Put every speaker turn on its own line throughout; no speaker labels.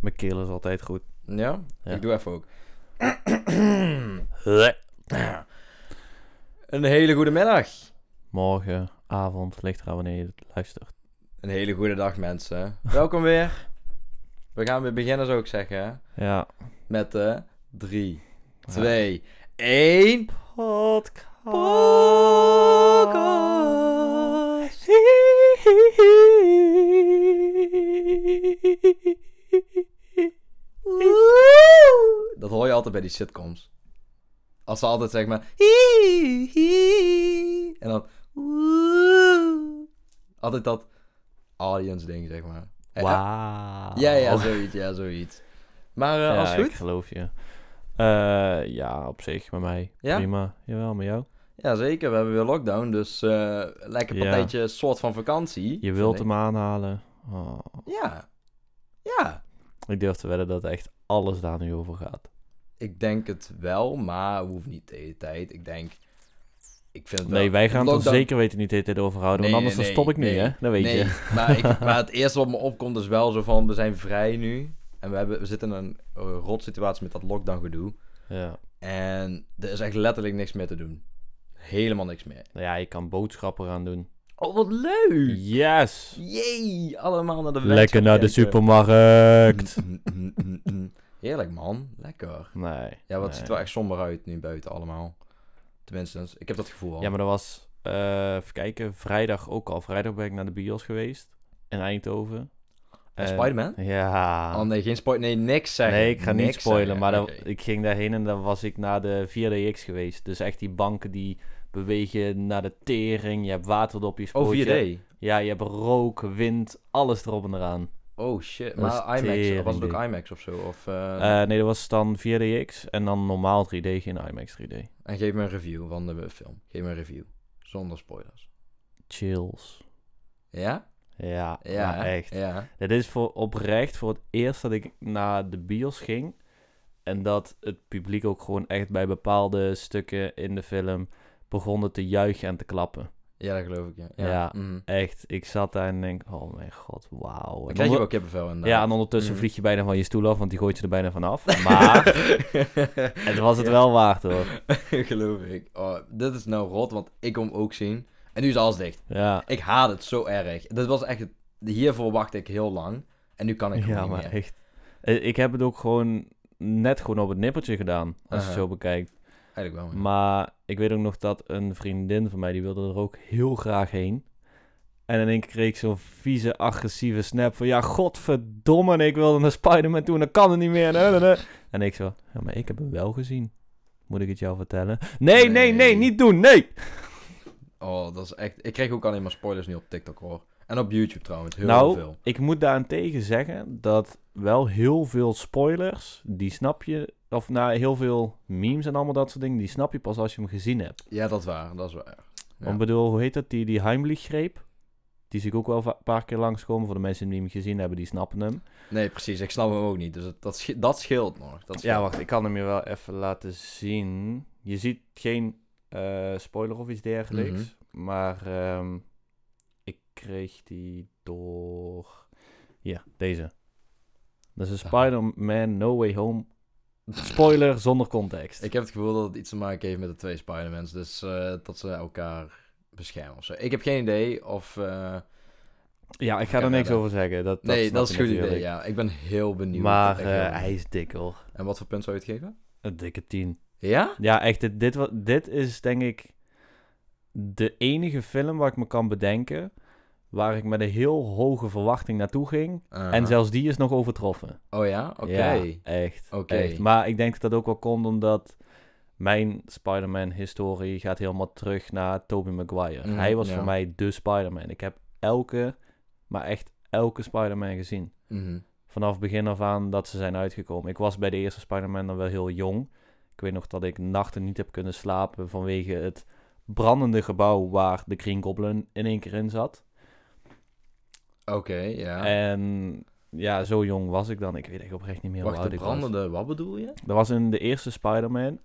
Mijn keel is altijd goed.
Ja?
Ja.
Ik doe even ook.
Bleh.
Een hele goede middag.
Morgen, avond, ligt eraan wanneer je het luistert.
Een hele goede dag, mensen. Welkom weer. We gaan weer beginnen, zou ik zeggen. hè?
Ja.
Met de 3, 2, 1. Podcast. Dat hoor je altijd bij die sitcoms. Als ze altijd zeg maar. En dan. Altijd dat audience ding, zeg maar.
Wauw.
Ja, ja, zoiets, ja, zoiets. Maar eh,
Ja,
als het
ik
goed?
geloof je. Eh, ja, op zich, met mij.
Ja?
Prima. Jawel, met jou.
Ja, zeker. We hebben weer lockdown, dus eh lekker
Ja.
partijtje, soort van vakantie.
Je wilt
vind
hem aanhalen. Oh.
ik. Ja. Ja.
Ik durf te wedden dat echt alles daar nu over gaat.
Ik denk het wel, maar hoeft niet de hele tijd. Ik denk... Ik vind het wel-
Nee, wij gaan het er
Lockdown-
zeker weten niet de hele tijd over houden.
Nee,
want anders
nee,
dan stop ik
nee,
nu, hè? Dat weet
nee,
je.
Maar, ik, maar het eerste wat me opkomt is wel zo van, we zijn vrij nu. En we, hebben, we zitten in een eh, rot situatie met dat lockdown gedoe.
Ja.
En er is echt letterlijk niks meer te doen. Helemaal niks meer.
Nou ja, je kan boodschappen gaan doen.
Oh, wat leuk!
Yes!
Jee, allemaal naar de webshop
Lekker naar de
kijken.
supermarkt!
Mm, mm, mm, mm. Heerlijk man, lekker.
Nee.
Ja, wat
nee.
ziet er wel echt somber uit nu buiten allemaal. Tenminste, ik heb dat gevoel al.
Ja, maar dat was... eh, even kijken, vrijdag ook al. Vrijdag ben ik naar de bios geweest. In Eindhoven.
En
En-
Spider-Man?
eh, Ja.
Oh nee, geen spoil. Nee, niks zeggen.
Nee, ik ga niet
Niks
spoilen,
zeggen.
maar
Oké.
dat, ik ging daarheen en dan was ik naar de 4DX geweest. Dus echt die banken die bewegen naar de tering, je hebt water op je
Oh,
spootje.
4D.
Ja, je hebt rook, wind, alles erop en eraan.
Oh shit,
Dat is
maar IMAX,
tering
was het ook
dik.
IMAX of zo? Of, eh,
Eh, nee, dat was dan 4DX en dan normaal 3D, geen IMAX 3D.
En geef me een review van de film. Geef me een review. Zonder spoilers.
Chills.
Ja?
Ja,
Ja,
nou echt.
Ja.
Dit is voor oprecht voor het eerst dat ik naar de bios ging. En dat het publiek ook gewoon echt bij bepaalde stukken in de film begonnen te juichen en te klappen.
ja, dat geloof ik, ja.
Ja.
mhm.
Echt, ik zat daar en denk, oh mijn god, wauw.
Dan
En
krijg je
onder-
wel kippenvel inderdaad.
Ja, en ondertussen
Mhm.
vlieg je bijna van je stoel af, want die gooit je er bijna vanaf. Maar het was het
Ja.
wel waard hoor.
geloof ik. Oh, dit is nou rot, want ik kom ook zien. En nu is alles dicht.
Ja,
Ik haat het zo erg. Dit was echt... het- Hiervoor wachtte ik heel lang. En nu kan ik gewoon
ja
niet
maar
meer.
echt. Eh, Ik heb het ook gewoon net gewoon op het nippertje gedaan, als je
Aha.
het zo bekijkt.
Eigenlijk wel. ja.
Maar ik weet ook nog dat een vriendin van mij, die wilde er ook heel graag heen. En in één keer kreeg ik zo'n vieze, agressieve snap van... Ja, godverdomme, en ik wilde naar Spider-Man toe en dat kan het niet meer. En, en, en. En ik zo... Ja, maar ik heb hem wel gezien. Moet ik het jou vertellen? Nee, nee, nee,
Nee.
niet doen, nee!
Oh, dat is echt... Ik kreeg ook alleen maar spoilers nu op TikTok, hoor. En op YouTube trouwens. Heel
Nou,
veel.
Ik moet daarentegen zeggen dat wel heel veel spoilers, die snap je... Of nou, heel veel memes en allemaal dat soort dingen, die snap je pas als je hem gezien hebt.
Ja, dat is waar. Dat is waar. Ja.
Want bedoel, hoe heet dat? Die, die Heimlich-greep. Die zie ik ook wel va- een paar keer langskomen. Voor de mensen die hem gezien hebben, die snappen hem.
Nee, precies. Ik snap hem ook niet. Dus het- dat, sche- dat scheelt nog. Dat scheelt.
Ja, wacht. Ik kan hem je wel even laten zien. Je ziet geen eh, spoiler of iets dergelijks. Maar ehm, ik kreeg die door... Ja, deze. Dat is een
Aha.
Spider-Man No Way Home spoiler zonder context.
Ik heb het gevoel dat het iets te maken heeft met de twee Spider-Mans. Dus eh, dat ze elkaar beschermen of zo. Ik heb geen idee of... eh,
ja, ik ga
Ja,
er niks
dat-
over zeggen. Dat, dat
nee,
snap
dat is
je
een goed idee,
natuurlijk.
ja. Ik ben heel benieuwd.
Maar
Echt heel
eh,
benieuwd.
hij is dik hoor.
En wat voor punt zou je het geven?
Een dikke tien.
Ja?
Ja, echt. Dit, dit, wa- dit is denk ik de enige film waar ik me kan bedenken. Waar ik met een heel hoge verwachting naartoe ging. En
Aha.
zelfs die is nog overtroffen.
Ah. Oh ja? Oké.
Ja, echt,
Oké.
echt. Maar ik denk dat dat ook wel komt omdat mijn Spider-Man-historie gaat helemaal terug naar Tobey Maguire.
Mm,
Hij was
ja.
voor mij de Spider-Man. Ik heb elke, maar echt elke Spider-Man gezien.
Mhm.
Vanaf begin af aan dat ze zijn uitgekomen. Ik was bij de eerste Spider-Man dan wel heel jong. Ik weet nog dat ik nachten niet heb kunnen slapen vanwege het brandende gebouw waar de Green Goblin in één keer in zat.
Oké, ja.
En ja, zo jong was ik dan. Ik weet echt oprecht niet meer hoe
Wacht,
oud
de
ik was.
brandende... Wat bedoel je?
Dat was in de eerste Spider-Man.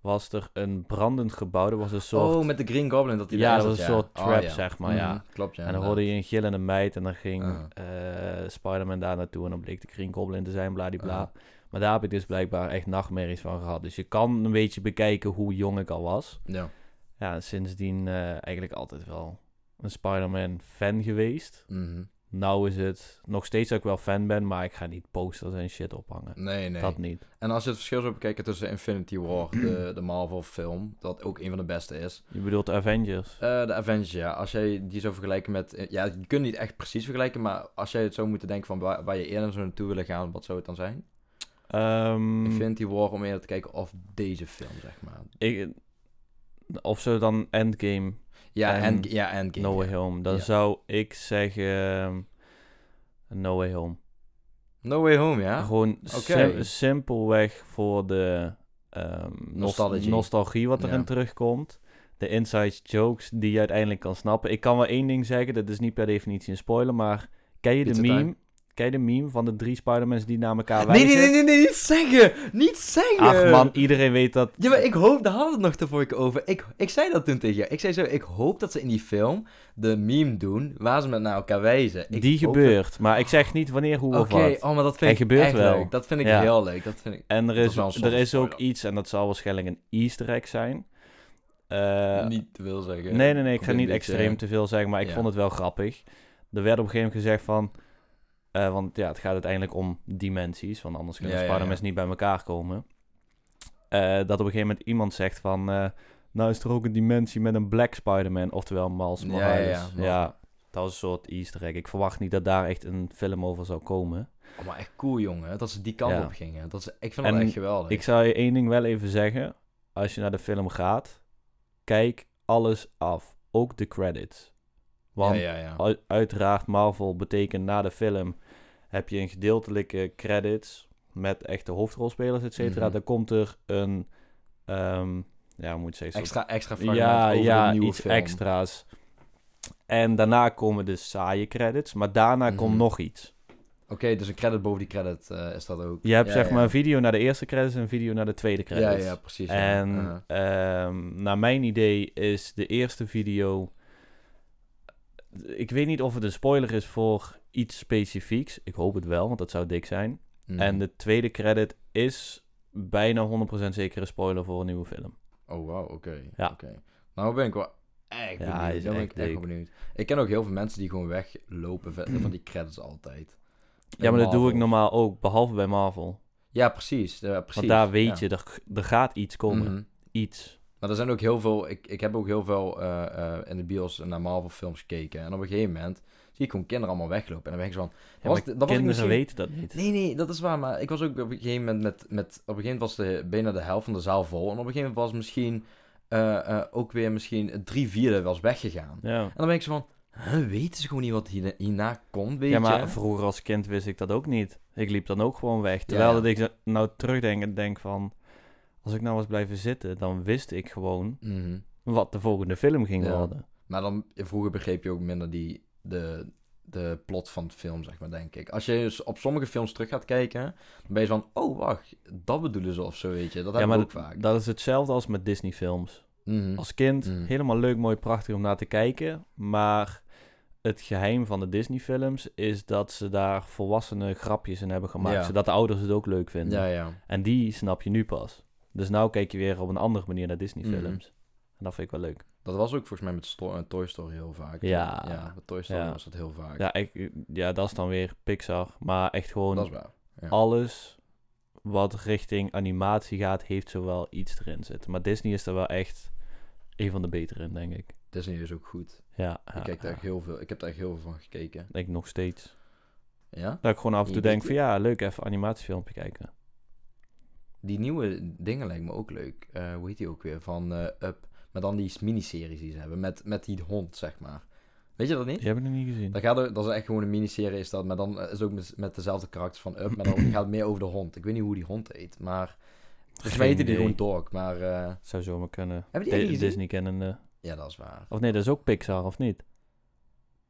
was er een brandend gebouw. Dat was een soort...
Oh, met de Green Goblin dat hij
Ja,
daar
dat
zat,
was een soort
Oh,
trap, zeg maar, ja.
Mhm, Klopt, ja.
en dan hoorde je een gillende meid en dan ging
Ah.
eh, Spider-Man daar naartoe en dan bleek de Green Goblin te zijn, bladibla.
Ah.
Maar daar heb ik dus blijkbaar echt nachtmerries van gehad. Dus je kan een beetje bekijken hoe jong ik al was.
Ja.
Ja, en sindsdien eh, eigenlijk altijd wel een Spider-Man fan geweest.
Mhm.
Nou is het nog steeds dat ik wel fan ben, maar ik ga niet posters en shit ophangen.
Nee, nee.
Dat niet.
En als je het verschil zou bekijken tussen Infinity War, de, de Marvel film, dat ook een van de beste is,
Je bedoelt Avengers.
Eh, de Avengers, ja. Als jij die zou vergelijken met... eh, Ja, je kunt niet echt precies vergelijken, maar als jij het zou moeten denken van waar, waar je eerder zou naartoe willen gaan, wat zou het dan zijn?
Mm. Ehm,
Infinity War, om eerder te kijken of deze film, zeg maar.
ik, of ze dan Endgame
Ja,
Ehm,
en, ja Endgame.
No
ja.
Way Home. Dan
Ja.
zou ik zeggen... ehm, No Way Home.
No Way Home, ja?
Gewoon sim- simpelweg voor de ehm, nos-
Nostalgie.
nostalgie wat erin
Ja.
terugkomt. De inside jokes die je uiteindelijk kan snappen. Ik kan wel één ding zeggen, dat is niet per definitie een spoiler, maar... Ken je de
Pizza
meme?
time.
Ken je de meme van de drie Spider-Mans die naar elkaar
Nee,
wijzen?
nee, nee, nee, nee, niet zeggen! Niet zeggen!
Ach man, iedereen weet dat.
Ja, maar ik hoop, daar hadden we het nog de vorige keer over. Ik, ik zei dat toen tegen jou. Ik zei zo, ik hoop dat ze in die film de meme doen waar ze met naar elkaar wijzen. Ik
die
hoop
gebeurt, maar ik zeg niet wanneer, hoe
dat-
of
Oké,
wat.
oh, maar dat
Hij
vind ik
gebeurt
echt
wel.
leuk. Dat vind ik
Ja.
heel leuk. Dat vind ik...
En er
Dat
is,
is wel een
er
soort
is ook
spoiler.
iets, en dat zal waarschijnlijk een easter egg zijn. Eh,
niet te veel zeggen.
nee, nee, nee, ik
Komt
ga
een
niet
beetje-
extreem te veel zeggen, maar ik
eh, ja.
vond het wel grappig. Er werd op een gegeven moment gezegd van... eh, want ja, het gaat uiteindelijk om dimensies, want anders kunnen
Ja, ja,
Spider-Mans
ja.
niet bij elkaar komen. Eh, dat op een gegeven moment iemand zegt van... eh, nou is er ook een dimensie met een Black Spider-Man, oftewel Miles
Ja,
Morales.
ja, ja, Miles.
ja, dat was een soort easter egg. Ik verwacht niet dat daar echt een film over zou komen.
Oh, maar echt cool, jongen. Dat ze die kant
Ja.
op gingen. Dat ze, ik vind dat
En
echt geweldig.
Ik zou je één ding wel even zeggen. Als je naar de film gaat, kijk alles af. Ook de credits. Want Oh,
ja, ja, ja.
u- uiteraard, Marvel betekent na de film heb je een gedeeltelijke credits met echte hoofdrolspelers, et cetera.
Mhm.
Dan komt er een, ehm, ja, hoe moet ik zeggen,
Extra, extra
ja,
fragment
ja,
over de nieuwe
iets
film.
extra's. En daarna komen de saaie credits, maar daarna komt
Mhm.
nog iets.
Oké, dus een credit boven die credit eh, is dat ook.
Je hebt
Ja,
zeg
ja.
maar een video naar de eerste credits en een video naar de tweede
Ja,
credits.
ja, precies. ja.
En
Uh-huh.
ehm, naar mijn idee is de eerste video. Ik weet niet of het een spoiler is voor iets specifieks. Ik hoop het wel, want dat zou dik zijn.
Mhm.
En de tweede credit is bijna 100% zeker een spoiler voor een nieuwe film.
Oh, wauw, oké.
Ja.
oké. Nou ben ik wel echt
Ja,
benieuwd.
hij is
Dan ben
echt
ik echt
dik.
wel benieuwd. Ik ken ook heel veel mensen die gewoon weglopen ve- van die credits altijd.
Ja, maar dat doe ik
nog.
normaal ook, behalve bij Marvel.
Ja, precies. Ja, precies.
Want daar weet
ja.
je, er, er gaat iets komen.
Mhm.
Iets.
Maar er zijn ook heel veel... Ik, ik heb ook heel veel eh, eh, in de bios naar Marvel films gekeken. En op een gegeven moment zie ik gewoon kinderen allemaal weglopen. En dan ben ik zo van...
Ja,
was
maar
ik- dat was ik
kinderen
misschien-
weten dat niet.
Nee, nee, dat is waar. Maar ik was ook op een gegeven moment met... met op een gegeven moment was de, bijna de helft van de zaal vol. En op een gegeven moment was misschien... eh, eh, ook weer misschien drie vierde was weggegaan.
Ja.
En dan ben ik zo van... Huh, weten ze gewoon niet wat hier, hierna komt, weet
ja,
je?
maar vroeger als kind wist ik dat ook niet. Ik liep dan ook gewoon weg. Terwijl
ja.
dat ik zo- nou terugdenk en denk van... Als ik nou was blijven zitten, dan wist ik gewoon
Mhm.
wat de volgende film ging
Ja.
worden.
Maar dan, vroeger begreep je ook minder die, de, de plot van de film, zeg maar, denk ik. Als je dus op sommige films terug gaat kijken, dan ben je van, oh, wacht, dat bedoelen ze of zo, weet je. Dat
ja,
heb
maar
ik ook
dat-
vaak.
dat is hetzelfde als met Disney films.
Mhm.
Als kind,
Mhm.
helemaal leuk, mooi, prachtig om naar te kijken. Maar het geheim van de Disney films is dat ze daar volwassene grapjes in hebben gemaakt.
Ja.
Zodat de ouders het ook leuk vinden.
Ja, ja.
En die snap je nu pas. Dus nou kijk je weer op een andere manier naar Disney
Mhm.
films. En dat vind ik wel leuk.
Dat was ook volgens mij met Sto- eh, Toy Story heel vaak.
Ja.
Ja, met Toy Story
Ja.
was dat heel vaak.
Ja, ik, ja, dat is dan weer Pixar. Maar echt gewoon
Dat is waar. ja.
alles wat richting animatie gaat, heeft zowel iets erin zitten. Maar Disney is er wel echt een van de betere in, denk ik.
Disney is ook goed.
Ja,
Ik, kijk
ja,
daar echt heel veel, ik heb daar echt heel veel van gekeken.
ja. ik nog steeds.
Ja?
Dat ik gewoon af en toe
Die-
denk van ja, leuk even animatiefilmpje kijken.
Die nieuwe dingen lijken me ook leuk. Eh, hoe heet die ook weer? Van eh, Up. Maar dan die miniseries die ze hebben. Met, met die hond, zeg maar. Weet je dat niet?
Die heb ik nog niet gezien.
Dan gaat er, dat is echt gewoon een miniserie is dat, maar dan eh, is het ook met, met dezelfde karakters van Up, maar dan gaat het meer over de hond. Ik weet niet hoe die hond eet, maar... Volgens mij
Geen
heette die
idee.
gewoon Dog, maar... eh,
Zou zomaar kunnen.
Heb
Di-
je die echt niet gezien?
Disney kennende.
ja, dat is waar.
Of nee, dat is ook Pixar, of niet?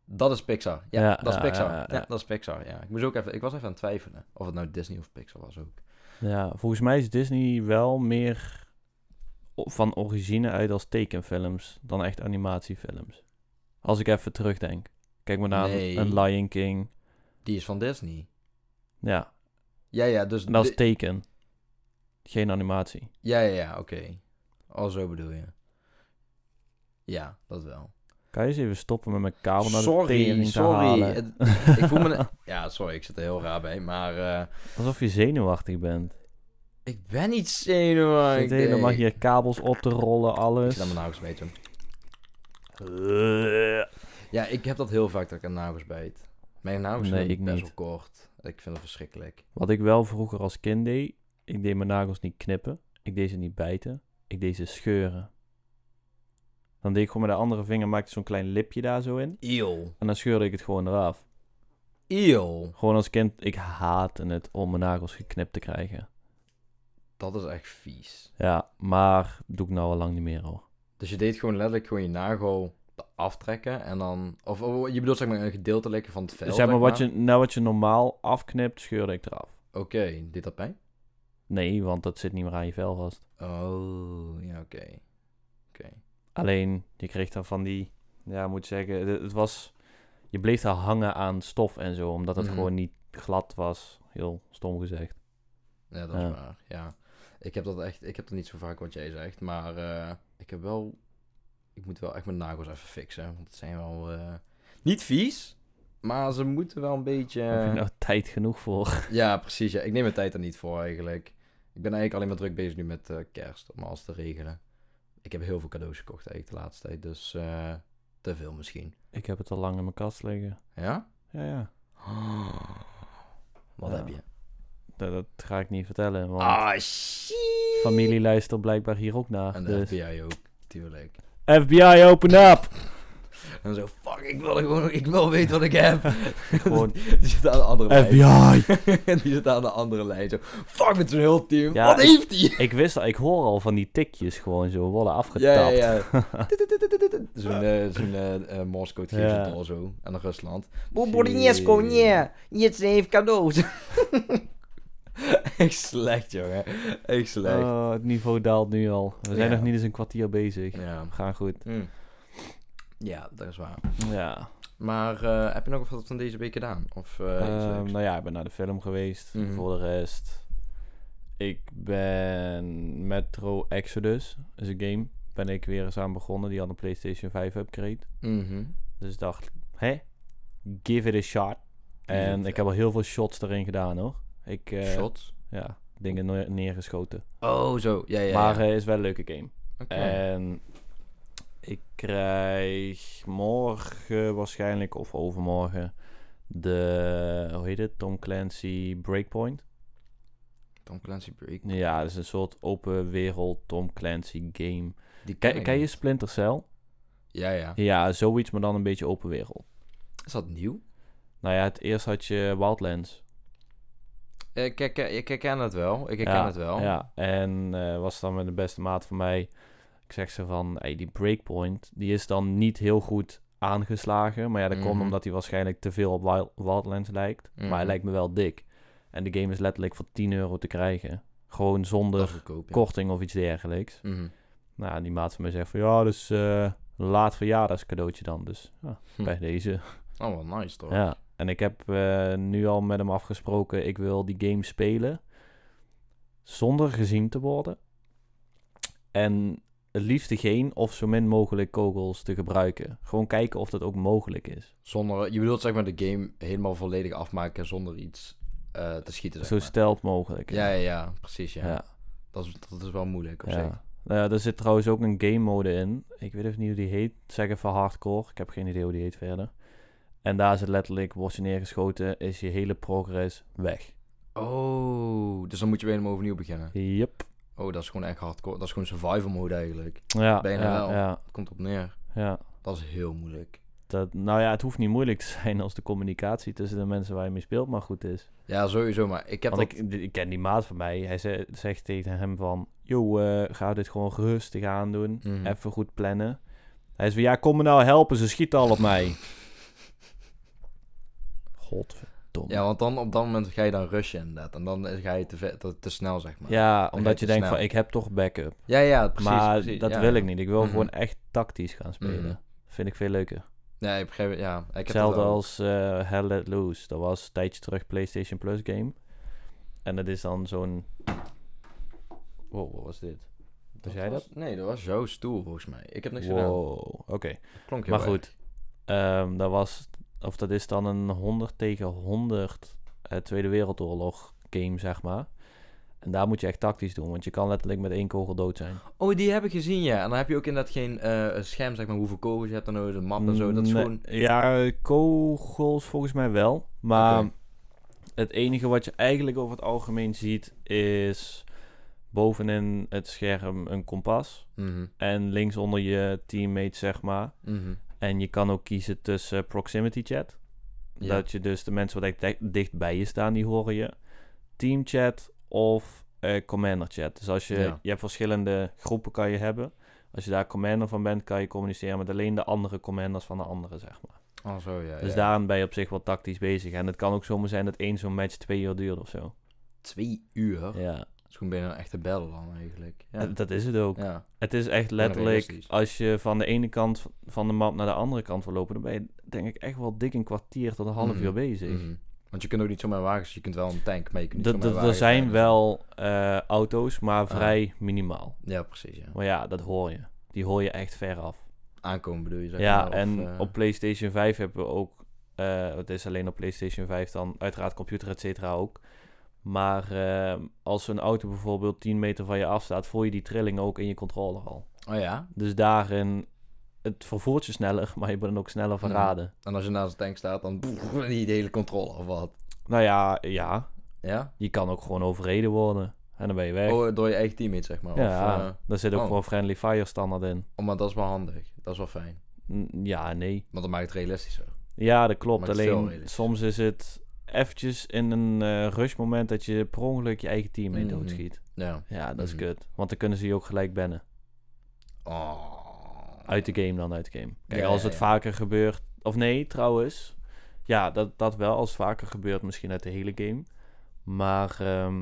Dat is Pixar. Ja,
Ja,
dat is
ja,
Pixar.
ja,
Ja,
ja, ja.
dat is Pixar, ja. Ik, moest ook even, ik was even aan het twijfelen of het nou Disney of Pixar was ook.
Ja, volgens mij is Disney wel meer o- van origine uit als tekenfilms dan echt animatiefilms. Als ik even terugdenk. Kijk maar naar een-
Nee.
een Lion King.
Die is van Disney.
Ja,
Ja, ja, dus...
en dat is
di-
teken. Geen animatie.
Ja, ja, ja, oké. Oh, zo bedoel je. Ja, dat wel.
Kan je eens even stoppen met mijn kabel naar de
sorry,
tering te
sorry.
halen?
Het- ik voel me... Ja, sorry, ik zit er heel raar bij, maar... eh,
Alsof je zenuwachtig bent.
ik ben niet
Je
zenuwachtig.
zit helemaal hier kabels op te rollen,
Oh, Ik
alles. Eh,
zit aan mijn nagels mee te doen. Ja, ik heb dat heel vaak dat ik aan nagels bijt. Mijn nagels
Nee,
zijn
ik
best
niet.
wel kort. Ik vind het verschrikkelijk.
Wat ik wel vroeger als kind deed, ik deed mijn nagels niet knippen. Ik deed ze niet bijten. Ik deed ze scheuren. Dan deed ik gewoon met de andere vinger, maakte ik zo'n klein lipje daar zo in.
Eeuw.
En dan scheurde ik het gewoon eraf.
Eeuw.
Gewoon als kind, ik haatte het om mijn nagels geknipt te krijgen.
Dat is echt vies.
Ja, maar doe ik nou al lang niet meer hoor.
Dus je deed gewoon letterlijk gewoon je nagel aftrekken en dan... Of, of je bedoelt zeg maar een gedeelte lekker van het vel,
zeg maar, wat, je, nou wat je normaal afknipt, scheurde ik eraf.
Oké, deed dat pijn?
Nee, want dat zit niet meer aan je vel vast.
Oh, ja, oké. Oké.
Alleen, je kreeg daar van die... Ja, ik moet zeggen, het, het was... Je bleef daar hangen aan stof en zo, omdat het
Mhm.
gewoon niet glad was. Heel stom gezegd.
Ja, dat
Ja.
is waar, ja. Ik heb dat echt... Ik heb dat niet zo vaak wat jij zegt, maar eh, ik heb wel... Ik moet wel echt mijn nagels even fixen, want het zijn wel... eh, niet vies, maar ze moeten wel een beetje...
Heb je nou tijd genoeg voor?
Ja, precies. Ja. Ik neem mijn tijd er niet voor eigenlijk. Ik ben eigenlijk alleen maar druk bezig nu met eh, kerst, om alles te regelen. Ik heb heel veel cadeaus gekocht eigenlijk de laatste tijd, dus eh, te veel misschien.
Ik heb het al lang in mijn kast liggen.
Ja?
Ja, ja.
Wat
Ja.
heb je?
Dat, dat ga ik niet vertellen, want
Ah, shit!
familie luistert blijkbaar hier ook naar.
En de
dus. FBI.
FBI ook, tuurlijk.
open up!
En zo, fuck, ik wil gewoon, ik wil weten wat ik heb.
Gewoon,
Die zit aan de andere
FBI!
lijn. Die zit aan de andere lijn, zo, fuck met zijn heel team,
Ja,
wat
ik-
heeft hij?
ik wist al, ik hoor al van die tikjes gewoon zo worden afgetapt.
Ja, ja, ja. Zo'n eh, zo'n eh, eh, Morse code geeft
Ja.
het al zo aan Rusland.
Borborinesko, nie.
Niet heeft cadeaus. Echt slecht, jongen. Echt slecht.
Oh, het niveau daalt nu al. We zijn
Ja.
nog niet eens een kwartier bezig.
Ja.
We gaan goed.
Hm. ja, dat is waar.
Ja.
Maar eh, heb je nog wat van deze week gedaan? Of eh, iets
Ehm,
leuks?
nou ja, ik ben naar de film geweest.
Mhm.
Voor de rest. Ik ben Metro Exodus, is een game. Ben ik weer eens aan begonnen. Die had een PlayStation 5 upgrade.
Mhm.
Dus ik dacht, hè? Give it a shot. En
it
ik
a-
heb al heel veel shots erin gedaan hoor. Ik, eh,
Shots?
Ja, dingen neer- neergeschoten.
Oh, zo. Ja, ja,
maar
ja.
eh, is wel een leuke game.
Oké.
En ik krijg morgen waarschijnlijk of overmorgen de, hoe heet het, Tom Clancy Breakpoint.
Tom Clancy Break.
Ja, dat is een soort open wereld Tom Clancy game.
Die ken
Ken,
ik
ken je
niet.
Splinter Cell?
Ja, Oh, ja.
Ja, zoiets, maar dan een beetje open wereld.
Is dat nieuw?
Nou ja, het eerst had je Wildlands.
Eh, Ik herken, ik herken het wel. Ik herken
ja,
het wel.
Ja, en eh, was dan met de beste maat van mij. Ik zeg ze van, hey, die breakpoint, die is dan niet heel goed aangeslagen. Maar ja, dat komt
Mhm.
omdat hij waarschijnlijk te veel op Wild- Wildlands lijkt. Maar
Mhm.
hij lijkt me wel dik. En de game is letterlijk voor 10 euro te krijgen. Gewoon zonder
Dat is goedkoop, ja.
korting of iets dergelijks.
Mhm.
Nou, en die maat van mij zegt van, ja, dus eh een laat verjaardagscadeautje dan. Dus ja,
Hm.
bij deze.
Oh, wel nice toch?
Ja, en ik heb eh, nu al met hem afgesproken, ik wil die game spelen zonder gezien te worden. En het liefst geen of zo min mogelijk kogels te gebruiken. Gewoon kijken of dat ook mogelijk is.
Zonder, je bedoelt zeg maar de game helemaal volledig afmaken zonder iets eh, te schieten.
zo
Zeg maar.
stelt mogelijk.
Ja, ja, ja, precies. Ja.
ja.
Dat, is, dat is wel moeilijk op
ja.
zich.
Nou ja, er zit trouwens ook een game mode in. Ik weet even niet hoe die heet. Zeg even hardcore. Ik heb geen idee hoe die heet verder. En daar is het letterlijk, word je neergeschoten, is je hele progress weg.
Oh, dus dan moet je weer helemaal overnieuw beginnen.
Yep.
Oh, dat is gewoon echt hardcore. Dat is gewoon survival mode eigenlijk.
Ja,
Bijna
ja,
wel.
ja,
Dat komt op neer.
ja.
Dat is heel moeilijk.
Dat, nou ja, het hoeft niet moeilijk te zijn als de communicatie tussen de mensen waar je mee speelt maar goed is.
Ja, sowieso, maar ik heb
Want
dat...
ik, ik ken die maat van mij. Hij ze- zegt tegen hem van... Yo, eh, ga dit gewoon rustig aandoen.
Mhm.
Even goed plannen. Hij is van... Ja, kom me nou helpen. Ze schieten al op mij. Godver... Godverdomme.
Ja, want dan op dat moment ga je dan rushen inderdaad. En dan ga je te, ve- te, te snel, zeg maar.
Ja,
je
omdat
te
je denkt
snel.
van ik heb toch backup.
ja, ja, precies.
maar
precies,
dat
ja.
wil ik niet. Ik wil
Mhm.
gewoon echt tactisch gaan spelen.
Mhm.
Vind ik veel leuker.
Ja, ik begrijp het, ja. Ik heb
Hetzelfde
dat ook.
als eh, Hell Let Loose. Dat was een tijdje terug PlayStation Plus game. En dat is dan zo'n... Wow, wat was dit? Was jij dat?
was- Nee, dat was zo stoer volgens mij. Ik heb niks gedaan.
Wow, oké.
Dat Klonk heel
Maar
erg.
goed, ehm, dat was... Of dat is dan een 100 tegen 100 eh, Tweede Wereldoorlog game, zeg maar. En daar moet je echt tactisch doen, want je kan letterlijk met één kogel dood zijn.
Oh, die heb ik gezien, ja. En dan heb je ook inderdaad geen eh, scherm, zeg maar, hoeveel kogels je hebt en nodig, de map en zo. Dat is
Nee,
gewoon...
Ja, kogels volgens mij wel. Maar
Oké.
het enige wat je eigenlijk over het algemeen ziet is bovenin het scherm een kompas.
Mhm,
En links onder je teammate, zeg maar.
mhm.
En je kan ook kiezen tussen proximity chat.
Ja.
Dat je dus de mensen wat echt di- dicht bij je staan, die horen je. Team chat of eh, commander chat. Dus als je,
Ja.
je hebt verschillende groepen kan je hebben. Als je daar commander van bent, kan je communiceren met alleen de andere commanders van de anderen, zeg maar.
Oh, zo, ja.
Dus
ja.
daarin ben je op zich wel tactisch bezig. En het kan ook zomaar zijn dat één zo'n match twee uur duurt of zo.
Twee uur?
Ja,
Dat is gewoon bijna een echte battle dan, eigenlijk. Ja.
dat is het ook.
ja.
Het is echt letterlijk,
realistisch.
als je van de ene kant van de map naar de andere kant wil lopen, dan ben je denk ik echt wel dik een kwartier tot een half
Mhm.
uur bezig.
Mhm. Want je kunt ook niet zomaar wagens, je kunt wel een tank, maar je kunt niet
Dat,
zomaar
dat, er
wagens
zijn
rijden.
wel eh, auto's, maar
Ah.
vrij minimaal.
Ja, precies, ja.
Maar ja, dat hoor je. Die hoor je echt ver af.
Aankomen bedoel je, zeg
ja,
maar, of,
en
eh,
op PlayStation 5 hebben we ook. eh, het is alleen op PlayStation 5 dan, uiteraard computer, et cetera ook. Maar eh, als een auto bijvoorbeeld 10 meter van je af staat, voel je die trilling ook in je controller al.
Oh ja?
Dus daarin, het vervoert je sneller, maar je bent ook sneller
Mhm.
verraden.
En als je naast de tank staat, dan niet de hele controle of wat.
Nou ja, ja,
Ja?
je kan ook gewoon overreden worden. En dan ben je weg.
Oh, door je eigen teammate, zeg maar.
ja,
Of, eh,
daar zit ook
oh.
gewoon friendly fire standaard in.
oh, maar dat is wel handig. Dat is wel fijn.
N- Ja, nee.
Want dat maakt het realistischer.
Ja, dat klopt.
Maakt het veel
Alleen
realistischer.
soms is het eventjes in een rush rushmoment dat je per ongeluk je eigen team mee
Mhm.
doodschiet.
Ja.
Ja, dat is
Mhm.
kut. Want dan kunnen ze je ook gelijk bannen.
Oh.
Uit de game dan uit de game. Kijk,
Ja,
als
ja,
het
ja.
vaker gebeurt... Of nee, trouwens. Ja, dat, dat wel. Als het vaker gebeurt, misschien uit de hele game. Maar ehm,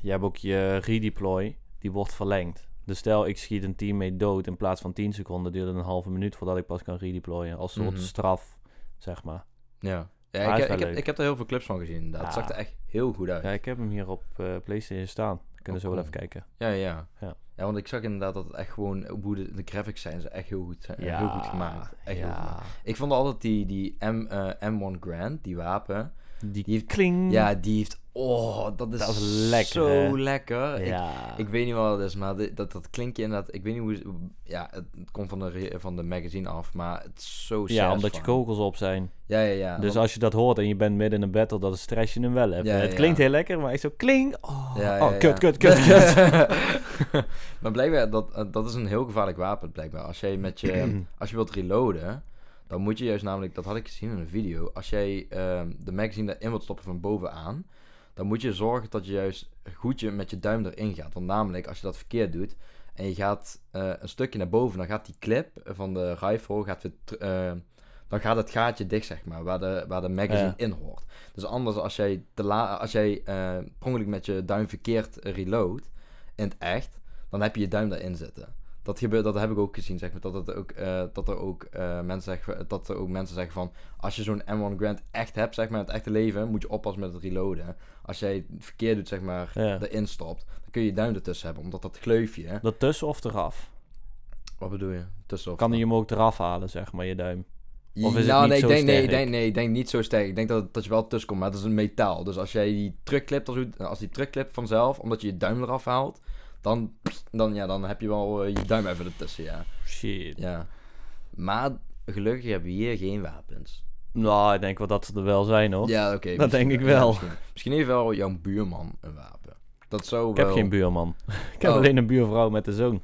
je hebt ook je redeploy. Die wordt verlengd. Dus stel, ik schiet een teammate dood. In plaats van 10 seconden duurt het een halve minuut voordat ik pas kan redeployen. Als soort
Mhm.
straf, zeg maar.
Ja.
is
ja ik, heb,
wel
ik, heb,
leuk. Ah.
ik heb er heel veel clips van gezien, inderdaad. Het
Ja.
zag er echt heel goed uit.
Ja, ik heb hem hier op eh, PlayStation staan. We kunnen
Oh,
zo wel
cool.
even kijken.
Ja, ja.
Ja.
Ja, want ik zag inderdaad dat het echt gewoon... op Hoe de, de graphics zijn ze echt heel goed, eh, heel goed gemaakt. Echt heel goed gemaakt. Ik vond altijd die, die M, eh, M1 Grand, die wapen...
Die,
Die heeft-
kling.
Ja, die heeft... Oh, dat is,
Dat is lekker,
zo
hè?
lekker. Ik-
Ja.
Ik weet niet wat het is, maar dit- dat, dat klinkt je inderdaad... Ik weet niet hoe... ze- Ja, het, het komt van de, re- van de magazine af, maar het is zo
ja, omdat je
satisfying.
kogels op zijn.
Ja, ja, ja.
dus
want-
als je dat hoort en je bent midden in een battle, dat stress je hem wel even.
Ja,
het
ja.
klinkt heel lekker, maar hij zo kling. Oh,
Ja, ja,
oh,
ja.
kut, kut, kut, kut.
maar blijkbaar, dat, eh, dat is een heel gevaarlijk wapen, blijkbaar. Als, jij met je, als je wilt reloaden, dan moet je juist namelijk... Dat had ik gezien in een video. Als jij ehm, de magazine erin wilt stoppen van bovenaan... dan moet je zorgen dat je juist goed je met je duim erin gaat. Want namelijk, als je dat verkeerd doet... en je gaat eh, een stukje naar boven... dan gaat die clip van de rifle... Gaat weer, ter- eh, dan gaat het gaatje dicht, zeg maar, waar de, waar de magazine
Ja.
in hoort. Dus anders als jij, te la als jij eh per ongeluk met je duim verkeerd eh, reload in het echt, dan heb je je duim daarin zitten. Dat, gebeurt, dat heb ik ook gezien, zeg maar. Dat, het ook, eh, dat, er ook, eh, mensen zeggen, dat er ook mensen zeggen van... Als je zo'n M1 Grand echt hebt, zeg maar, in het echte leven... moet je oppassen met het reloaden. Als jij het verkeerd doet, zeg maar,
Ja.
erin stopt... dan kun je je duim ertussen hebben. Omdat dat gleufje...
Dat tussen of eraf.
Wat bedoel je? Tussen of
Kan hij hem ook eraf halen, zeg maar, je duim. Of is het
nou,
niet
nee,
zo
ik denk, Nee,
sterk?
ik denk, nee, ik denk niet zo sterk. Ik denk dat, dat je wel tussen komt, maar dat is een metaal. Dus als jij die terugklipt, als, als die terugklipt vanzelf, omdat je je duim eraf haalt, dan, dan, ja, dan heb je wel eh, je duim even ertussen, ja.
Shit.
ja. Maar gelukkig hebben we hier geen wapens.
Nou, ik denk wel dat ze er wel zijn, hoor.
Ja, oké. misschien
denk ik
ja,
wel.
misschien. misschien heeft wel jouw buurman een wapen. Dat zou
Ik heb
wel...
geen buurman. ik heb
Oh.
alleen een buurvrouw met de zoon.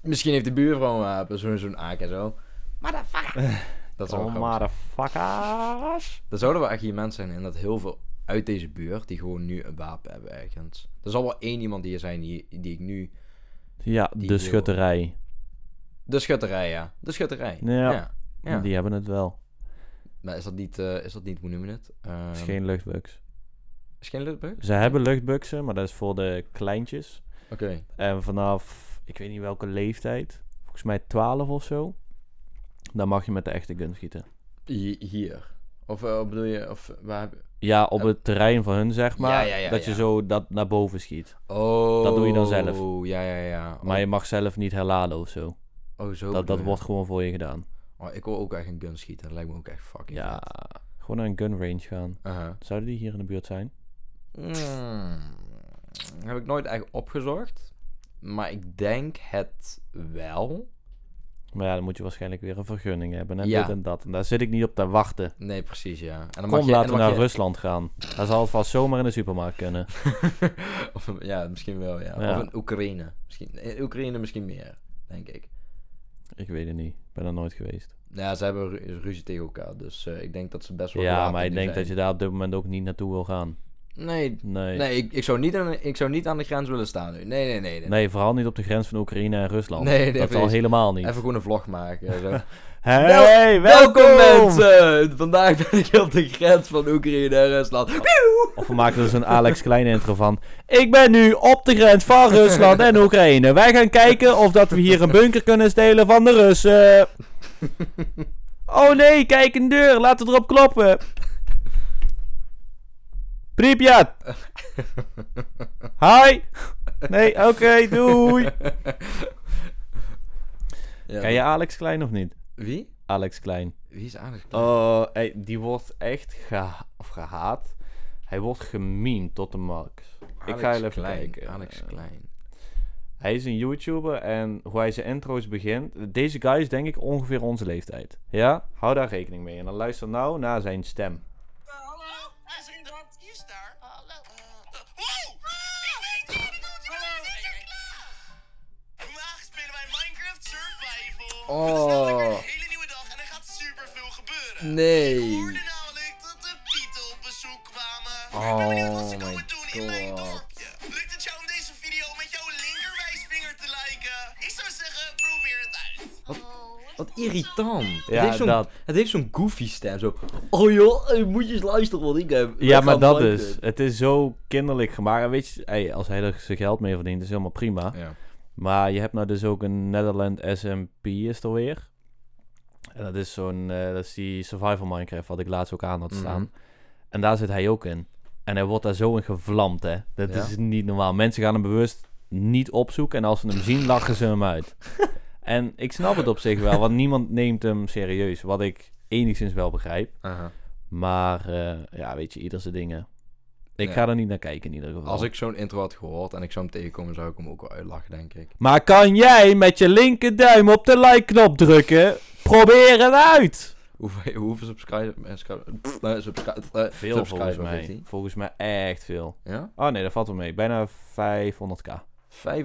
Misschien heeft de buurvrouw een wapen, zo'n zo'n AK zo. Motherfucker! dat zou wel
Oh,
grappig zijn.
motherfuckers.
Er zouden wel echt hier mensen zijn inderdaad heel veel uit deze buurt die gewoon nu een wapen hebben ergens. Er zal wel één iemand hier zijn die, die ik nu...
Ja,
Die
de
wil-
schutterij.
De schutterij, ja. De schutterij.
Ja.
Ja. Ja.
Die hebben het wel.
Maar is dat niet, eh, is dat niet hoe noemen we het? Ehm,
is geen luchtbugs.
is geen Ludwig?
Ze hebben luchtbugsen, maar dat is voor de kleintjes.
Oké.
En vanaf, ik weet niet welke leeftijd, volgens mij 12 of zo, dan mag je met de echte gun schieten.
Hi- Hier. Of eh, bedoel je, of waar heb je-
Ja, op
Eh,
het terrein van hun, zeg maar.
ja, ja,
dat je
ja.
zo dat naar boven schiet.
Oh.
doe je dan zelf.
Ja, ja, ja. Oh,
Maar je mag zelf niet herladen of zo.
oh, zo
Dat,
bedoel
dat
je.
wordt gewoon voor je gedaan.
Oh, ik wil ook echt een gun schieten. Dat lijkt me ook echt fucking
Ja,
vet. Uh-huh.
gewoon naar een gun range gaan.
Aha.
Zouden die hier in de buurt zijn?
Mm, heb ik nooit echt opgezocht. Maar ik denk het wel.
Maar ja, dan moet je waarschijnlijk weer een vergunning hebben en
Ja.
dit en dat. En daar zit ik niet op te wachten.
Nee, precies, ja. En dan
Kom,
en
laten we
dan
naar
mag je-
Rusland gaan. Daar zal het vast zomaar in de supermarkt kunnen.
of, ja, misschien wel, ja.
Ja.
Of in Oekraïne. Misschien, in Oekraïne misschien meer, denk ik.
Ik weet het niet. Ik ben er nooit geweest.
Ja, ze hebben ru- ruzie tegen elkaar, dus eh, ik denk dat ze best wel...
ja,
gewapend
maar ik
nu
denk dat je
zijn.
daar op dit moment ook niet naartoe wil gaan.
Nee,
Nee. Nee,
nee ik, ik, zou niet aan, ik zou niet aan de grens willen staan nu. Nee, nee, nee. nee.
vooral niet op de grens van Oekraïne en Rusland.
Nee, nee,
dat al
precies.
helemaal niet.
Even gewoon een vlog maken. zo.
Hey,
Welkom mensen! Eh, Vandaag ben ik op de grens van Oekraïne en Rusland.
Of we maken er dus een Alex Klein intro van. Ik ben nu op de grens van Rusland en Oekraïne. Wij gaan kijken of dat we hier een bunker kunnen stelen van de Russen. Oh nee, kijk een deur. Laten we erop kloppen. Pripyat. Hi. Nee, oké, doei.
Ja.
Ken je Alex Klein of niet?
Wie?
Alex Klein.
Wie is Alex Klein?
Oh, hey, die wordt echt geha- of gehaat. Hij wordt gemien tot de max. ik
Alex
ga heel even
Klein.
kijken.
Alex Klein.
Hij is een YouTuber en hoe hij zijn intro's begint. Deze guy is denk ik ongeveer onze leeftijd. Ja? Hou daar rekening mee. En dan luister nou naar zijn stem.
Eh, hallo? Hij is er iemand. Wie is daar? Hallo. wow! Ik weet het! Hallo! Vandaag spelen wij Minecraft Survival.
Oh.
Het is namelijk weer een hele nieuwe dag en er gaat superveel gebeuren. Ik
Nee.
hoorde namelijk dat de Pieten op bezoek kwamen. ik ben benieuwd
Oh
wat ze
my
komen doen in mijn
god.
dorpje. Lukt het jou om deze video met jouw linkerwijsvinger te liken? Ik zou zeggen, probeer het uit.
Wat irritant.
Ja,
het heeft zo'n,
dat.
Het heeft zo'n goofy stem. Zo, oh joh, eh, moet je eens luisteren wat ik heb.
Ja,
Ik
maar
ga
dat
liken.
dus. Het is zo kinderlijk gemaakt. En weet je, hey, als hij er zijn geld mee verdient, is helemaal prima.
Ja.
Maar je hebt nou dus ook een Netherland SMP is er weer. En dat is zo'n, eh, dat is die Survival Minecraft wat ik laatst ook aan had
Mhm.
staan. En daar zit hij ook in. En hij wordt daar zo in gevlamd, hè. Dat
Ja.
is niet normaal. Mensen gaan hem bewust niet opzoeken. En als ze hem zien, lachen ze hem uit. En ik snap het op zich wel, want niemand neemt hem serieus. Wat ik enigszins wel begrijp.
Aha.
Maar, eh, ja, weet je, ieder zijn dingen. Ik
Ja.
ga er niet naar kijken in ieder geval.
Als ik zo'n intro had gehoord en ik zou hem tegenkomen, zou ik hem ook wel uitlachen, denk ik.
Maar kan jij met je linkerduim op de like-knop drukken? Probeer het uit!
Hoeveel, hoeveel subscribers? eh, Subscribe, subscribe,
Veel volgens mij. Volgens mij echt veel.
Ja?
Oh nee, dat valt wel mee. Bijna 500k.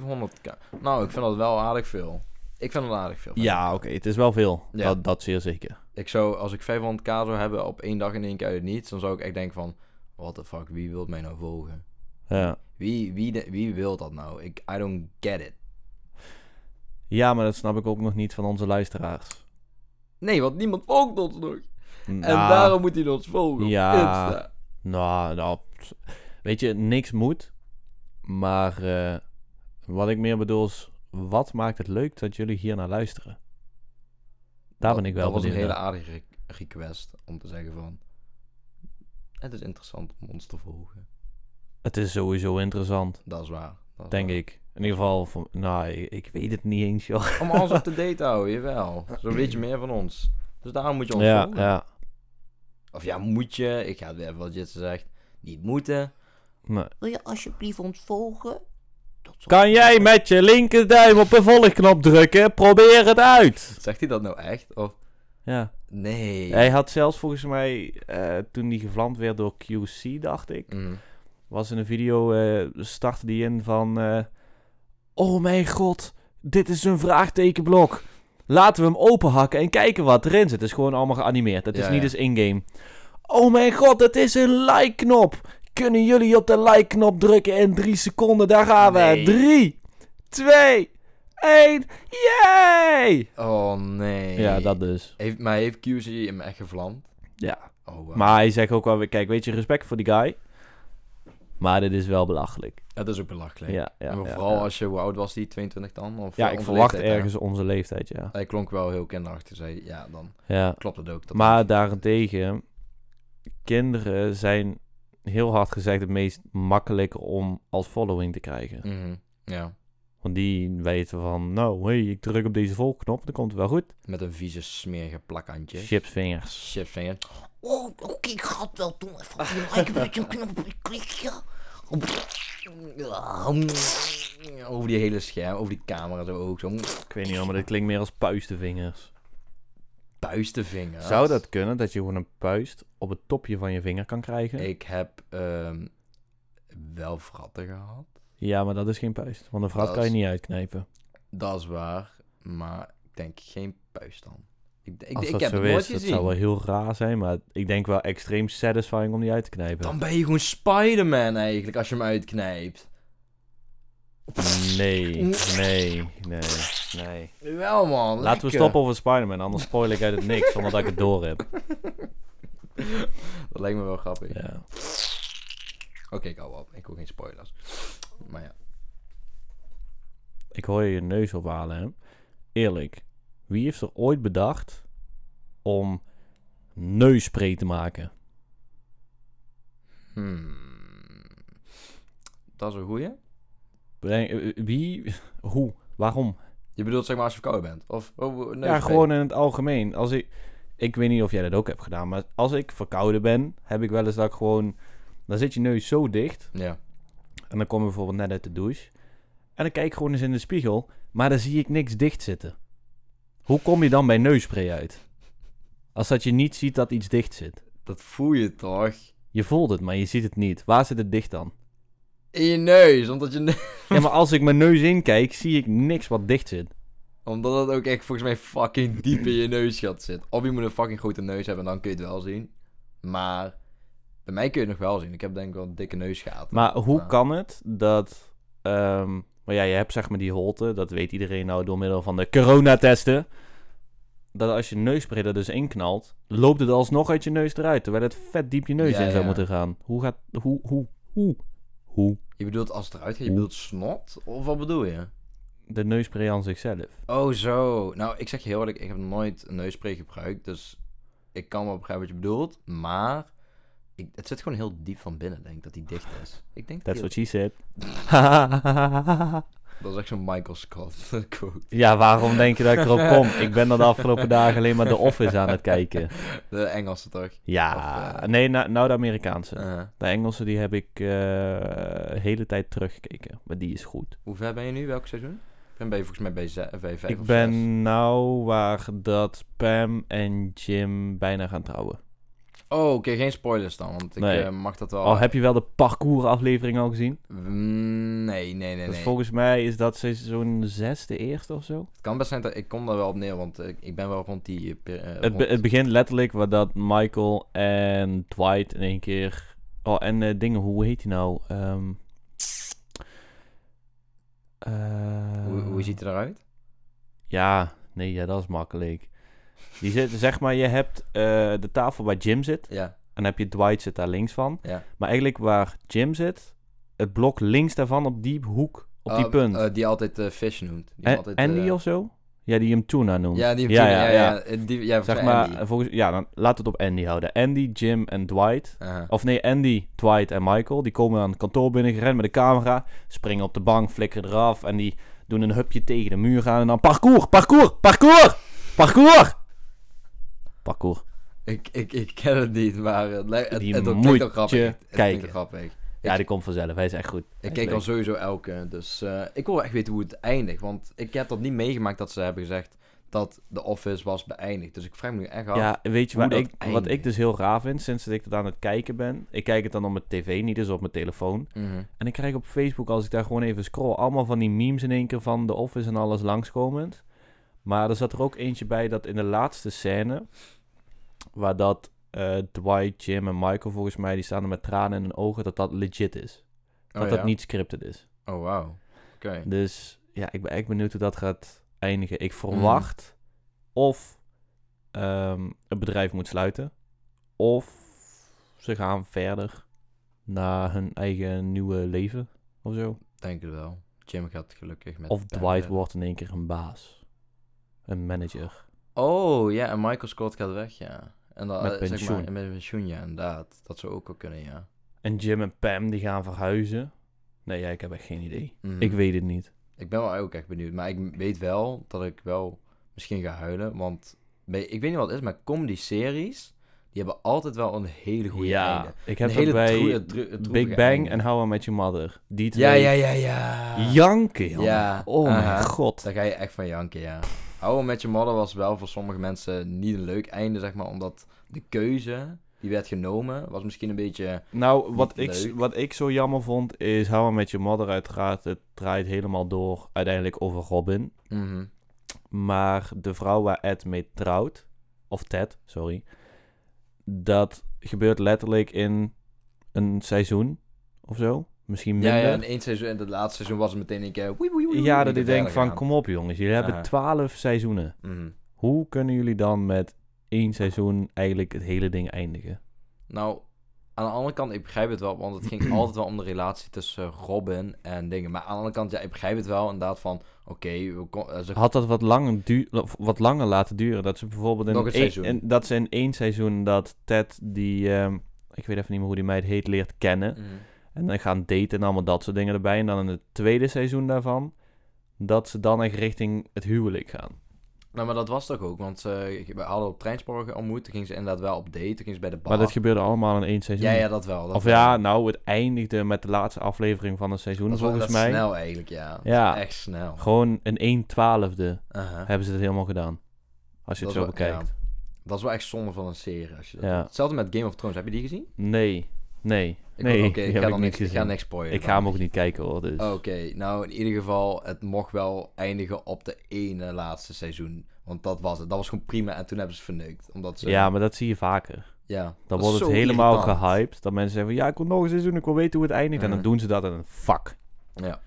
500k. Nou, ik vind dat wel aardig veel. Ik vind dat aardig veel.
Ja, oké. het is wel veel.
Ja.
Dat, dat zeer zeker.
Ik zou, als ik 500k zou hebben op één dag in één keer uit het niets, dan zou ik echt denken van, what the fuck, wie wil mij nou volgen?
Ja.
Wie, wie, de- wie wil dat nou? Ik, I don't get it.
ja, maar dat snap ik ook nog niet van onze luisteraars.
Nee, want niemand volgt ons nog.
Nou,
En daarom moet hij ons volgen
Ja.
op Insta.
Nou, nou, pst. weet je, niks moet. Maar eh, wat ik meer bedoel is, wat maakt het leuk dat jullie hier naar luisteren? Daar ben ik wel
Dat was een
benieuwd
hele
naar.
aardige re- request om te zeggen van, het is interessant om ons te volgen.
Het is sowieso interessant,
Dat is waar. Dat is
denk
waar.
ik. In ieder geval, voor- nou, ik, ik weet het niet eens, joh.
Om ons op de date te houden, jawel. Zo weet je meer van ons. Dus daarom moet je ons
Ja,
volgen.
ja.
Of ja, moet je. Ik ga het weer even wat Jitsen zegt. Niet moeten.
Nee.
Wil je alsjeblieft ons volgen? Dat zal-
Kan jij met je linkerduim op de volgknop drukken? Probeer het uit!
Zegt hij dat nou echt? Of
Ja.
nee.
Hij had zelfs volgens mij, eh, toen die gevlamd werd door QC, dacht ik,
Mhm.
was in een video, eh startte die in van... eh, oh mijn god, dit is een vraagtekenblok. Laten we hem openhakken en kijken wat erin zit. Het is gewoon allemaal geanimeerd. Het is
Ja,
niet
ja.
eens in-game. Oh mijn god, het is een like-knop. Kunnen jullie op de like-knop drukken in drie seconden? Daar gaan we.
Nee.
Drie, twee, één. Yay!
Oh nee.
Ja, dat dus.
Heeft, maar heeft QC hem echt gevlamd?
Ja.
Oh, wow.
Maar hij zegt ook wel weer, kijk, weet je, respect voor die guy. Maar dit is wel belachelijk.
dat is ook belachelijk.
Ja, ja,
En
ja,
vooral
ja.
als je, hoe oud was die? 22 dan? Of
Ja,
eh,
ik
onze
verwacht
leeftijd, hè?
ergens onze leeftijd, ja.
Hij klonk wel heel kinderachtig. zei, ja, dan
ja.
klopt het ook. Dat
Maar daarentegen, kinderen zijn heel hard gezegd het meest makkelijk om als following te krijgen.
Mhm, Ja,
Want die weten van, nou, hey, ik druk op deze volknop, dan komt het wel goed.
met een vieze smerige plakhandje.
Chipsvingers.
Chipsvinger.
Oh, oké, ik ga het wel doen. Even op een like button, een knop, een klikje.
Ja, Over die hele scherm, over die camera zo ook. Zo'n
Ik weet niet hoor, maar dat klinkt meer als puistenvingers.
puistenvinger.
Zou dat kunnen, dat je gewoon een puist op het topje van je vinger kan krijgen?
Ik heb ehm, wel fratten gehad.
Ja, maar dat is geen puist, want een vrat
Dat
kan je
is-
niet uitknijpen.
Dat is waar. Maar ik denk geen puist dan. Ik, ik,
Als
ik
dat
heb
zo
het nooit
is, dat
gezien.
zou wel heel raar zijn, maar ik denk wel extreem satisfying om die uit te knijpen.
Dan ben je gewoon Spider-Man eigenlijk als je hem uitknijpt.
Nee, nee, nee, nee.
Wel man.
Laten we
lekker.
stoppen over Spider-Man, anders spoil ik uit het niks zonder dat ik het door heb.
Dat lijkt me wel grappig.
Ja.
Oké, ik hou op. Ik hoor geen spoilers. Maar ja.
Ik hoor je je neus ophalen, hè. Eerlijk, wie heeft er ooit bedacht om neusspray te maken?
Hmm. Dat is een goeie.
Breng- eh, eh, Wie, hoe, waarom?
Je bedoelt zeg maar als je verkouden bent? Of, oh, nee,
ja, gewoon in het algemeen. Als ik, ik weet niet of jij dat ook hebt gedaan, maar als ik verkouden ben, heb ik wel eens dat ik gewoon... Dan zit je neus zo dicht
Ja.
En dan kom ik bijvoorbeeld net uit de douche. En dan kijk ik gewoon eens in de spiegel. Maar dan zie ik niks dicht zitten. Hoe kom je dan bij neusspray uit? Als dat je niet ziet dat iets dicht zit.
Dat voel je toch?
Je voelt het, maar je ziet het niet. Waar zit het dicht dan?
In je neus, omdat, je ne-
Ja, maar als ik mijn neus inkijk, zie ik niks wat dicht zit.
omdat het ook echt volgens mij fucking diep in je neus gaat zitten. Of je moet een fucking grote neus hebben en dan kun je het wel zien. Maar bij mij kun je het nog wel zien. Ik heb denk ik wel een dikke neusgaten.
Maar hoe
Ja.
kan het dat... ehm, maar ja, je hebt zeg maar die holte. Dat weet iedereen nou door middel van de coronatesten. Dat als je neusspray er dus inknalt, loopt het alsnog uit je neus eruit. Terwijl het vet diep je neus
Ja,
in zou
ja.
moeten gaan. Hoe gaat... Hoe? Hoe? Hoe? Hoe?
Je bedoelt als het eruit gaat, je bedoelt snot? Of wat bedoel je?
De neusspray aan zichzelf.
Oh zo. Nou, ik zeg je heel eerlijk, ik heb nooit een neusspray gebruikt. Dus ik kan wel begrijpen wat je bedoelt. Maar ik, het zit gewoon heel diep van binnen, denk ik, dat die dicht is. Ik denk dat,
That's
die-
what she said.
dat is echt zo'n Michael Scott quote.
ja, waarom denk je dat ik erop kom? Ik ben er de afgelopen dagen alleen maar The Office aan het kijken.
De Engelse toch?
Ja,
Of, eh,
nee, nou, nou de Amerikaanse.
Eh,
De Engelse die heb ik eh hele tijd teruggekeken. Maar die is goed.
hoe ver ben je nu? Welk seizoen? Ik ben bij, volgens mij bij, ze- bij vijf
ik
of
ben
zes.
nou waar dat Pam en Jim bijna gaan trouwen.
Oh, oké, geen spoilers dan, want ik
Nee.
eh, mag dat wel...
Al heb je wel de parcours aflevering al gezien?
Mm, Nee, nee, nee,
Dus
nee.
volgens mij is dat seizoen 6 de eerste of zo.
Het kan best zijn dat... Ik kom daar wel op neer, want eh, ik, ik ben wel rond die... eh, per- eh,
Het,
rond-
be- het begint letterlijk waar dat Michael en Dwight in één keer... Oh, en eh, dingen, hoe heet hij nou? Ehm, eh,
hoe, hoe ziet het eruit?
Ja, nee, ja, dat is makkelijk. Die zitten, zeg maar, je hebt eh, de tafel waar Jim zit.
Ja,
En dan heb je Dwight zit daar links van.
ja.
Maar eigenlijk waar Jim zit, het blok links daarvan op die hoek, op die
Oh,
punt.
eh, die altijd eh, Fish noemt. Die
en,
altijd,
Andy
eh,
of zo? Ja, die hem tuna noemt.
Ja, die
ja,
ja, ja,
ja,
ja. Eh, Die, ja,
Zeg
volgens mij
maar,
Andy.
eh, volgens, ja, dan laat het op Andy houden. Andy, Jim en Dwight.
Aha.
Of nee, Andy, Dwight en Michael. Die komen aan het kantoor binnengerend met de camera. Springen op de bank, flikkeren eraf. En die doen een hupje tegen de muur aan. En dan parcours, parcours, parcours, parcours. Parcours.
ik, ik, ik ken het niet, maar het, lijkt- het,
Die
het,
moet
klinkt wel
je
grappig. Het klinkt
kijken.
wel grappig.
Ja, die komt vanzelf. Hij is echt goed.
Ik
Hij is
keek al
leuk.
sowieso elke, dus eh, ik wil echt weten hoe het eindigt. Want ik heb dat niet meegemaakt dat ze hebben gezegd dat The Office was beëindigd. Dus ik vraag me nu echt af.
Ja, weet je waar
hoe dat
ik, wat ik
eindigt.
dus heel raar vind sinds dat ik dat aan het kijken ben? Ik kijk het dan op mijn tv, niet dus op mijn telefoon.
Mhm.
En ik krijg op Facebook, als ik daar gewoon even scroll, allemaal van die memes in één keer van The Office en alles langskomend. Maar er zat er ook eentje bij dat in de laatste scène, waar dat eh, Dwight, Jim en Michael volgens mij, die staan er met tranen in hun ogen, dat dat legit is. Dat
oh,
dat
ja?
niet scripted is.
Oh, wauw. Oké.
Dus ja, ik ben echt benieuwd hoe dat gaat eindigen.
Mm.
Ik verwacht of ehm, het bedrijf moet sluiten, Of ze gaan verder naar hun eigen nieuwe leven of zo.
Denk het wel. Jim gaat gelukkig met...
Of
Ben
Dwight
verder.
wordt in één keer een baas. Een manager.
Oh, ja, en Michael Scott gaat weg, ja. En dan,
Met
eh, zeg maar,
pensioen.
met pensioen, ja, inderdaad. Dat zou ook wel kunnen, ja.
En Jim en Pam die gaan verhuizen. Nee, ja, ik heb echt geen idee.
Mhm.
Ik weet het niet.
Ik ben wel ook echt benieuwd. Maar ik weet wel dat ik wel misschien ga huilen. Want bij- ik weet niet wat het is, maar comedy-series... die hebben altijd wel een hele goede
ja,
einde.
ik
Een
heb
hele
dat bij
droe- droe- droevige
Big Bang
einde.
en How I Met Your Mother. Die twee
Ja, ja, ja, ja.
janken, jongen.
Ja,
Oh
aha.
mijn god.
Daar ga je echt van janken, ja. Houden met je modder was wel voor sommige mensen niet een leuk einde, zeg maar. Omdat de keuze die werd genomen, was misschien een beetje...
Nou, wat
Niet
ik,
leuk.
wat ik zo jammer vond is How I Met Your Mother uiteraard. Het draait helemaal door uiteindelijk over Robin.
mhm,
Maar de vrouw waar Ed mee trouwt, of Ted, sorry, dat gebeurt letterlijk in een seizoen of zo. Misschien minder.
Ja, ja,
Ja,
in één seizoen, in het laatste seizoen was het meteen een keer... woei, woei, woei, woei,
dat ik
weer
denk
verder
van,
gaan.
kom op jongens, jullie hebben
Aha.
twaalf seizoenen.
Mhm.
Hoe kunnen jullie dan met één seizoen eigenlijk het hele ding eindigen?
Nou, aan de andere kant, ik begrijp het wel, want het ging altijd wel om de relatie tussen eh, Robin en dingen. Maar aan de andere kant, ja, ik begrijp het wel inderdaad van, oké, we kon- eh, ze
Had dat wat langer, du- of wat langer laten duren? Dat ze bijvoorbeeld in,
Nog een
één-
seizoen.
in- dat ze in één seizoen dat Ted die, ehm, ik weet even niet meer hoe die meid heet, leert kennen.
Mhm.
En dan gaan daten en allemaal dat soort dingen erbij. En dan in het tweede seizoen daarvan, dat ze dan echt richting het huwelijk gaan.
Nou, maar dat was toch ook, want eh, ik- we hadden op Treinsporen ontmoet, toen ging ze inderdaad wel op date, toen ging ze bij de bar.
Maar dat gebeurde allemaal in één seizoen.
ja, ja, dat wel. Dat
of
wel.
ja, nou, het eindigde met de laatste aflevering van het seizoen,
dat was
volgens mij.
snel eigenlijk, ja.
Ja.
Dat is Echt snel.
Gewoon een 1 twaalfde
Aha.
hebben ze het helemaal gedaan. Als je
Dat
het zo
is wel- ja.
bekijkt.
Dat is wel echt zonde van een serie. Als je dat
Ja.
doet. Hetzelfde met Game of Thrones, heb je die gezien?
Nee, nee,
Ik
nee.
Oké, ik,
heb
ga
niet
dan niks, ik ga
gezien.
niks spoilen.
Ik
dan.
ga hem ook niet kijken hoor, dus.
Oké, nou in ieder geval, het mocht wel eindigen op de ene laatste seizoen. Want dat was het. Dat was gewoon prima en toen hebben ze het verneukt. Omdat ze...
Ja, maar dat zie je vaker.
ja
Dan
Dat is
wordt
zo
het helemaal
irritant.
gehyped. Dat mensen zeggen van, ja, ik wil nog een seizoen, ik wil weten hoe het eindigt. En
Mhm.
dan doen ze dat en dan, fuck.
Ja.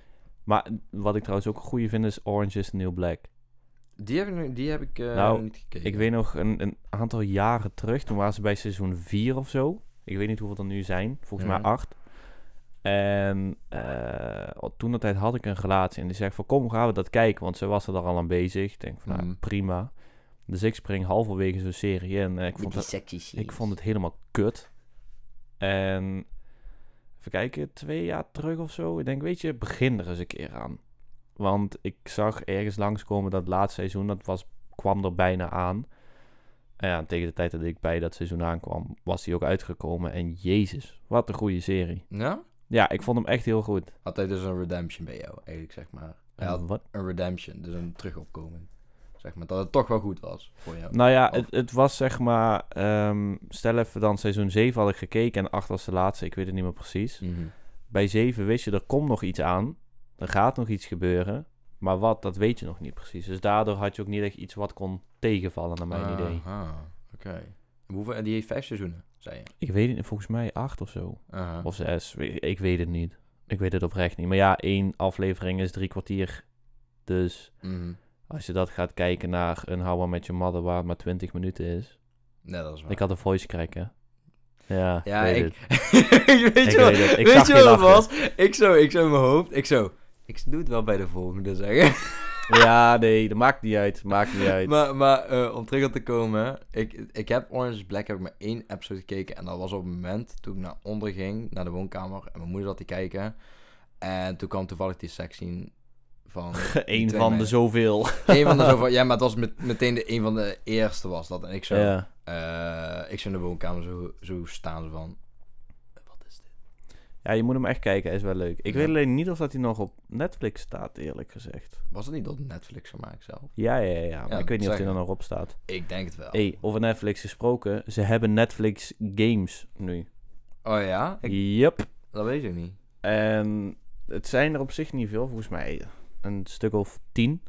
Maar wat ik trouwens ook een goede vind is Orange is the New Black.
Die heb ik, nu- die heb ik eh,
Nou,
niet gekeken.
Ik weet nog een, een aantal jaren terug, toen waren ze bij seizoen 4 of zo. Ik weet niet hoeveel er nu zijn, volgens
Mhm.
mij 8. En eh, toen dat tijd had ik een relatie en die zegt van kom gaan we dat kijken, want ze was er al aan bezig. Ik denk van nou,
Mhm.
prima. Dus ik spring halverwege zo'n serie in en eh, ik
Met
vond
die
het,
sexy scenes.
ik vond het helemaal kut. En even kijken, twee jaar terug of zo. Ik denk, weet je, begin er eens een keer aan. Want ik zag ergens langskomen dat laatste seizoen, dat was, kwam er bijna aan. En ja, tegen de tijd dat ik bij dat seizoen aankwam, was die ook uitgekomen. En jezus, wat een goede serie.
Ja?
Ja, ik vond hem echt heel goed.
Had hij dus een redemption bij jou, eigenlijk zeg maar. Hij had
En wat-
een redemption, dus een terugopkomen. Zeg maar, dat het toch wel goed was voor jou.
Nou ja,
Of-
het, het was zeg maar... ehm, stel even dan, seizoen 7 had ik gekeken en 8 was de laatste. Ik weet het niet meer precies.
Mhm.
bij 7 wist je, er komt nog iets aan. Er gaat nog iets gebeuren. Maar wat, dat weet je nog niet precies. Dus daardoor had je ook niet echt iets wat kon tegenvallen, naar mijn idee.
Aha, Ah, oké. Hoeveel, en die heeft vijf seizoenen, zei je?
Ik weet het niet, volgens mij 8 of zo.
Aha.
Of 6, ik weet het niet. Ik weet het oprecht niet. Maar ja, één aflevering is drie kwartier. Dus
Mhm.
als je dat gaat kijken naar een How I Met Your Mother waar het maar 20 minuten is.
Nee, dat is waar.
Ik had een voice crack, hè? Ja,
ja,
weet
ik...
het.
weet je
Ik
wat,
weet het. Ik
weet
zag
je
je
wat het was?
lachen.
Ik zo, ik zo in mijn hoofd, ik zo... Ik doe het wel bij de volgende, zeggen.
Ja, nee, dat maakt niet uit. Maakt niet uit.
maar maar eh, om terug op te komen... Ik, ik heb Orange is the Black heb ik maar één episode gekeken. En dat was op het moment toen ik naar onder ging, naar de woonkamer. En mijn moeder zat te kijken. En toen kwam toevallig die scene van...
Eén van
twee
de
meiden.
zoveel.
een van de zoveel... Ja, maar het was met, meteen de, een van de eerste was dat. En ik zo...
Ja.
Eh, ik zou in de woonkamer zo, zo staan zo van. Wat is dit?
Ja, je moet hem echt kijken, hij is wel leuk. Ik
Ja.
weet alleen niet of dat hij nog op Netflix staat, eerlijk gezegd.
Was het niet door Netflix gemaakt zelf?
Ja, ja, ja, ja. maar
dat
ik weet niet of hij
zeggen.
er nog op staat.
Ik denk het wel.
Hé, hey, over Netflix gesproken, ze hebben Netflix games nu.
Oh ja? Ik,
Yep.
dat weet ik niet.
En het zijn er op zich niet veel, volgens mij een stuk of tien.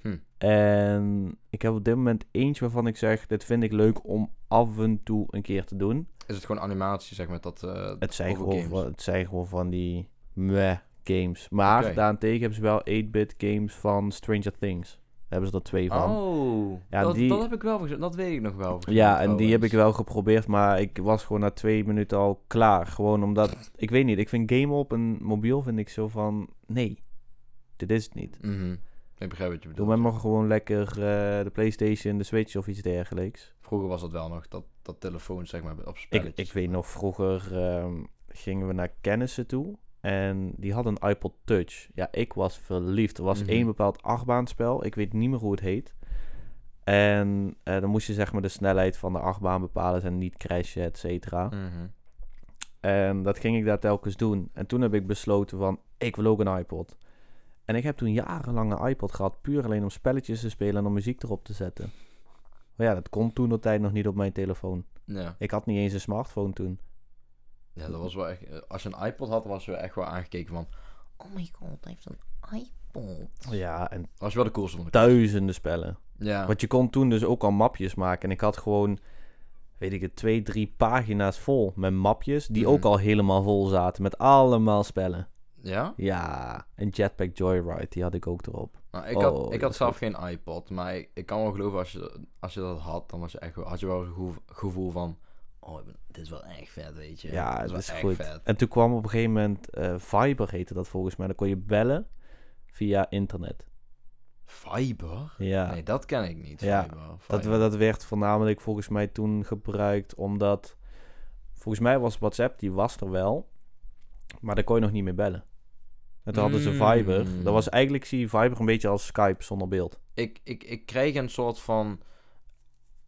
Hm.
En ik heb op dit moment eentje waarvan ik zeg, dit vind ik leuk om af en toe een keer te doen.
Is het gewoon animatie, zeg maar? Dat, eh,
Het zijn,
over
gewoon,
games?
van- het zijn gewoon van die meh games. Maar
Oké.
daarentegen hebben ze wel 8-bit games van Stranger Things. hebben ze er twee van.
Oh,
Ja,
dat,
die-
dat heb ik wel gezien. Dat weet ik nog wel. gezien,
Ja, en die heb ik
trouwens.
wel geprobeerd, maar ik was gewoon na twee minuten al klaar. Gewoon omdat, ik weet niet, ik vind game op een mobiel vind ik zo van, nee, dit is het niet.
Mhm. Ik begrijp wat je
Doe
bedoelt.
mij maar gewoon lekker eh, de Playstation, de Switch of iets dergelijks.
Vroeger was dat wel nog, dat, dat telefoon zeg maar op
Ik,
spelletjes.
ik weet nog, vroeger ehm, gingen we naar kennissen toe en die hadden een iPod Touch. Ja, ik was verliefd. Er was
Mhm.
één bepaald achtbaanspel, ik weet niet meer hoe het heet. En eh, dan moest je zeg maar de snelheid van de achtbaan bepalen en niet crashen, et cetera.
Mhm.
En dat ging ik daar telkens doen. En toen heb ik besloten van, ik wil ook een iPod. En ik heb toen jarenlang een iPod gehad, puur alleen om spelletjes te spelen en om muziek erop te zetten. Maar ja, dat kon toen de tijd nog niet op mijn telefoon.
Ja.
Ik had niet eens een smartphone toen.
ja, dat was wel echt... eh, Als je een iPod had, was je echt wel aangekeken van...
Oh my god, hij heeft een iPod.
Ja, en
Was je wel de coolste van de
duizenden spellen.
Ja.
Want je kon toen dus ook al mapjes maken. En ik had gewoon, weet ik het, twee, drie pagina's vol met mapjes. Die
Mhm.
ook al helemaal vol zaten met allemaal spellen.
Ja?
Ja, en Jetpack Joyride, die had ik ook erop.
Nou, ik
Oh,
had, ik
dat
had
is
zelf geen iPod, maar ik, ik kan wel geloven als je, als je dat had, dan was je echt, wel- had je wel een gevoel, gevoel van... Oh, ik ben- dit is wel echt vet, weet je.
Ja,
Dit
dat is
wel echt
goed.
vet.
En toen kwam op een gegeven moment eh, Viber heette dat volgens mij. Dan kon je bellen via internet.
Fiber?
Ja.
Nee, dat ken ik niet,
Ja,
Fiber.
dat, we- dat werd voornamelijk volgens mij toen gebruikt omdat... Volgens mij was WhatsApp, die was er wel. Maar daar kon je nog niet meer bellen. En toen hadden ze
Mm.
Viber. Dat was eigenlijk, zie je Viber een beetje als Skype zonder beeld.
ik, ik, ik kreeg een soort van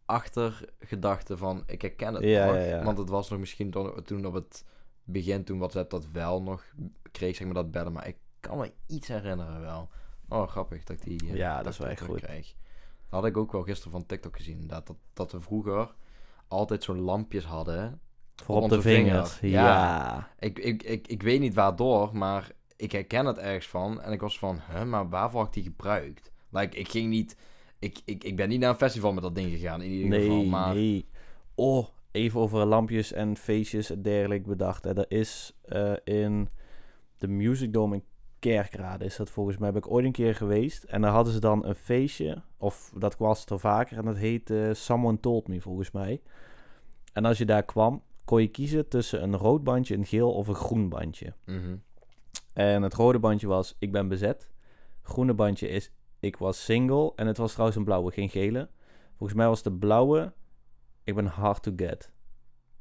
achtergedachte van ik herken het
Ja,
nog,
ja, ja.
want het was nog misschien dan- toen op het begin toen WhatsApp dat wel nog kreeg zeg maar dat bellen, maar ik kan me iets herinneren wel. Oh grappig dat ik die eh,
Ja,
ik
dat is wel echt
terug
goed.
Kreeg. Dat had ik ook wel gisteren van TikTok gezien inderdaad, dat, dat we vroeger altijd zo'n lampjes hadden.
Voor
Op
op,
onze
de vinger.
vinger.
Ja.
Ik, ik, ik, ik weet niet waardoor, maar ik herken het ergens van en ik was van, huh, maar waarvoor had ik die gebruikt? Like, ik ging niet, ik, ik, ik ben niet naar een festival met dat ding gegaan in ieder geval,
Nee,
maar...
nee. Oh, even over lampjes en feestjes en dergelijke bedacht. hè. Er is eh, in de Music Dome in Kerkrade, is dat volgens mij, heb ik ooit een keer geweest. En daar hadden ze dan een feestje, of dat was er vaker, en dat heette Someone Told Me volgens mij. En als je daar kwam, kon je kiezen tussen een rood bandje, een geel of een groen bandje.
Mhm.
En het rode bandje was Ik ben bezet. groene bandje is Ik was single. En het was trouwens een blauwe, geen gele. Volgens mij was de blauwe Ik ben hard to get.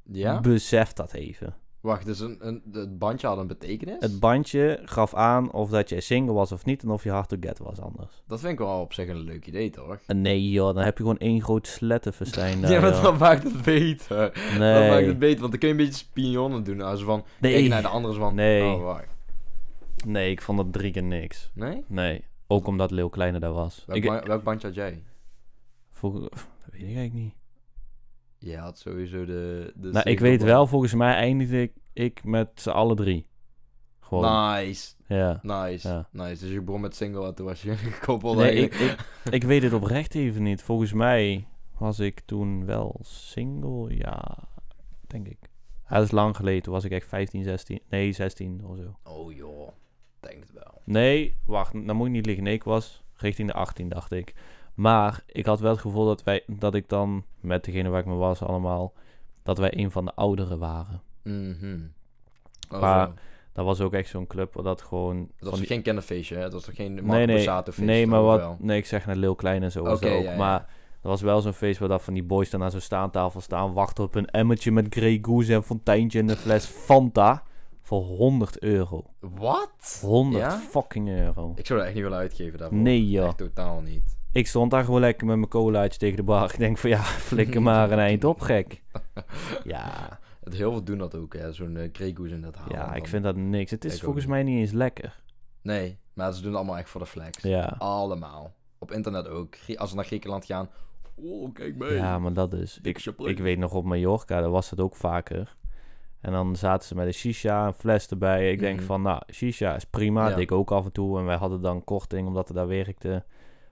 Ja?
Besef dat even.
Wacht, dus een, een, het bandje had een betekenis?
Het bandje gaf aan of dat jij single was of niet. En of je hard to get was anders.
dat vind ik wel op zich een leuk idee, toch?
En nee joh, dan heb je gewoon één groot slettenfestijn. daar,
ja, maar
joh.
dat maakt het beter. Dat maakt
Nou Nee.
het beter, want dan kun je een beetje spionnen doen. Als van, de
Nee.
naar de andere is van,
Nee.
oh, wacht.
nee, ik vond dat drie keer niks.
Nee?
Nee, ook omdat Leeuw Kleine daar was.
Welk,
Ik,
ban- welk bandje had jij?
vroeger- pff, dat weet ik eigenlijk niet.
Je had sowieso de... de
Nou, ik
single
weet
band.
wel, volgens mij eindigde ik, ik met z'n alle drie. Gewoon.
Nou, Nice,
Ja.
nice,
Ja.
nice. Dus je begon met single en toen was je gekoppeld
Nee,
eigenlijk.
ik, ik, ik weet het oprecht even niet. Volgens mij was ik toen wel single, ja, denk ik. Ja, dat is lang geleden. Toen was ik echt 15, 16. Nee, 16 of zo.
Oh joh, ik denk het wel.
Nee, wacht, dan moet ik niet liggen. Nee, ik was richting de 18, dacht ik. Maar ik had wel het gevoel dat, wij, dat ik dan met degene waar ik me was allemaal, dat wij een van de ouderen waren.
Mhm. Oh,
Maar-
zo.
Dat was ook echt zo'n club waar dat gewoon...
Dat
van
was
die-
toch geen kennenfeestje, hè? Dat was toch geen Marco
nee, nee,
Borsato feestje
nee, maar
dan, of
wat...
wel?
Nee, ik zeg net Lil Klein en zo was
Oké,
dat ook.
ja, ja.
Maar er was wel zo'n feest waar dat van die boys dan aan zo'n staantafel staan... wachten op een emmertje met Grey Goose en fonteintje en een fles Fanta... voor 100 euro.
Wat?
100
Ja?
fucking euro.
Ik zou dat echt niet willen uitgeven daarvoor.
Nee, joh.
Echt totaal niet.
Ik stond daar gewoon lekker met mijn colaatje tegen de bar. Ik denk van ja, flikker maar een eind op, gek. Ja,
Het heel veel doen dat ook, hè? Zo'n uh, Gregoes in dat halen.
ja ik
dan.
vind dat niks. Het
Ik
is
ook
volgens
niet.
mij niet eens lekker.
Nee, maar ze doen het allemaal echt voor de flex.
Ja,
Allemaal. Op internet ook. Grie- Als ze naar Griekenland gaan... Oh, kijk mee.
ja maar dat is...
Ik,
Ik weet nog op Mallorca, daar was dat ook vaker. En dan zaten ze met een shisha, een fles erbij. Ik denk
Mhm.
van, nou, shisha is prima.
Ja.
Dat deed ik ook af en toe. En wij hadden dan korting, omdat we daar werkten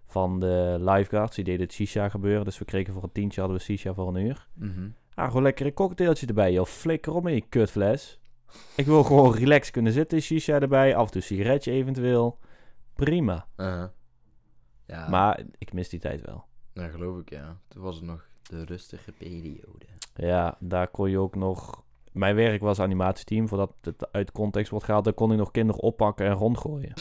van de lifeguards. Die deden het shisha gebeuren. Dus we kregen voor een tientje, hadden we shisha voor een uur.
Mhm.
Ah, gewoon lekker een cocktailtje erbij, joh. Flikker om in je kutfles. Ik wil gewoon relaxed kunnen zitten, shisha erbij. Af en toe een sigaretje eventueel. Prima.
Ja,
Maar ik mis die tijd wel.
ja, geloof ik, ja. Toen was het nog de rustige periode.
Ja, daar kon je ook nog... Mijn werk was animatieteam, voordat het uit context wordt gehaald, daar kon ik nog kinderen oppakken en rondgooien.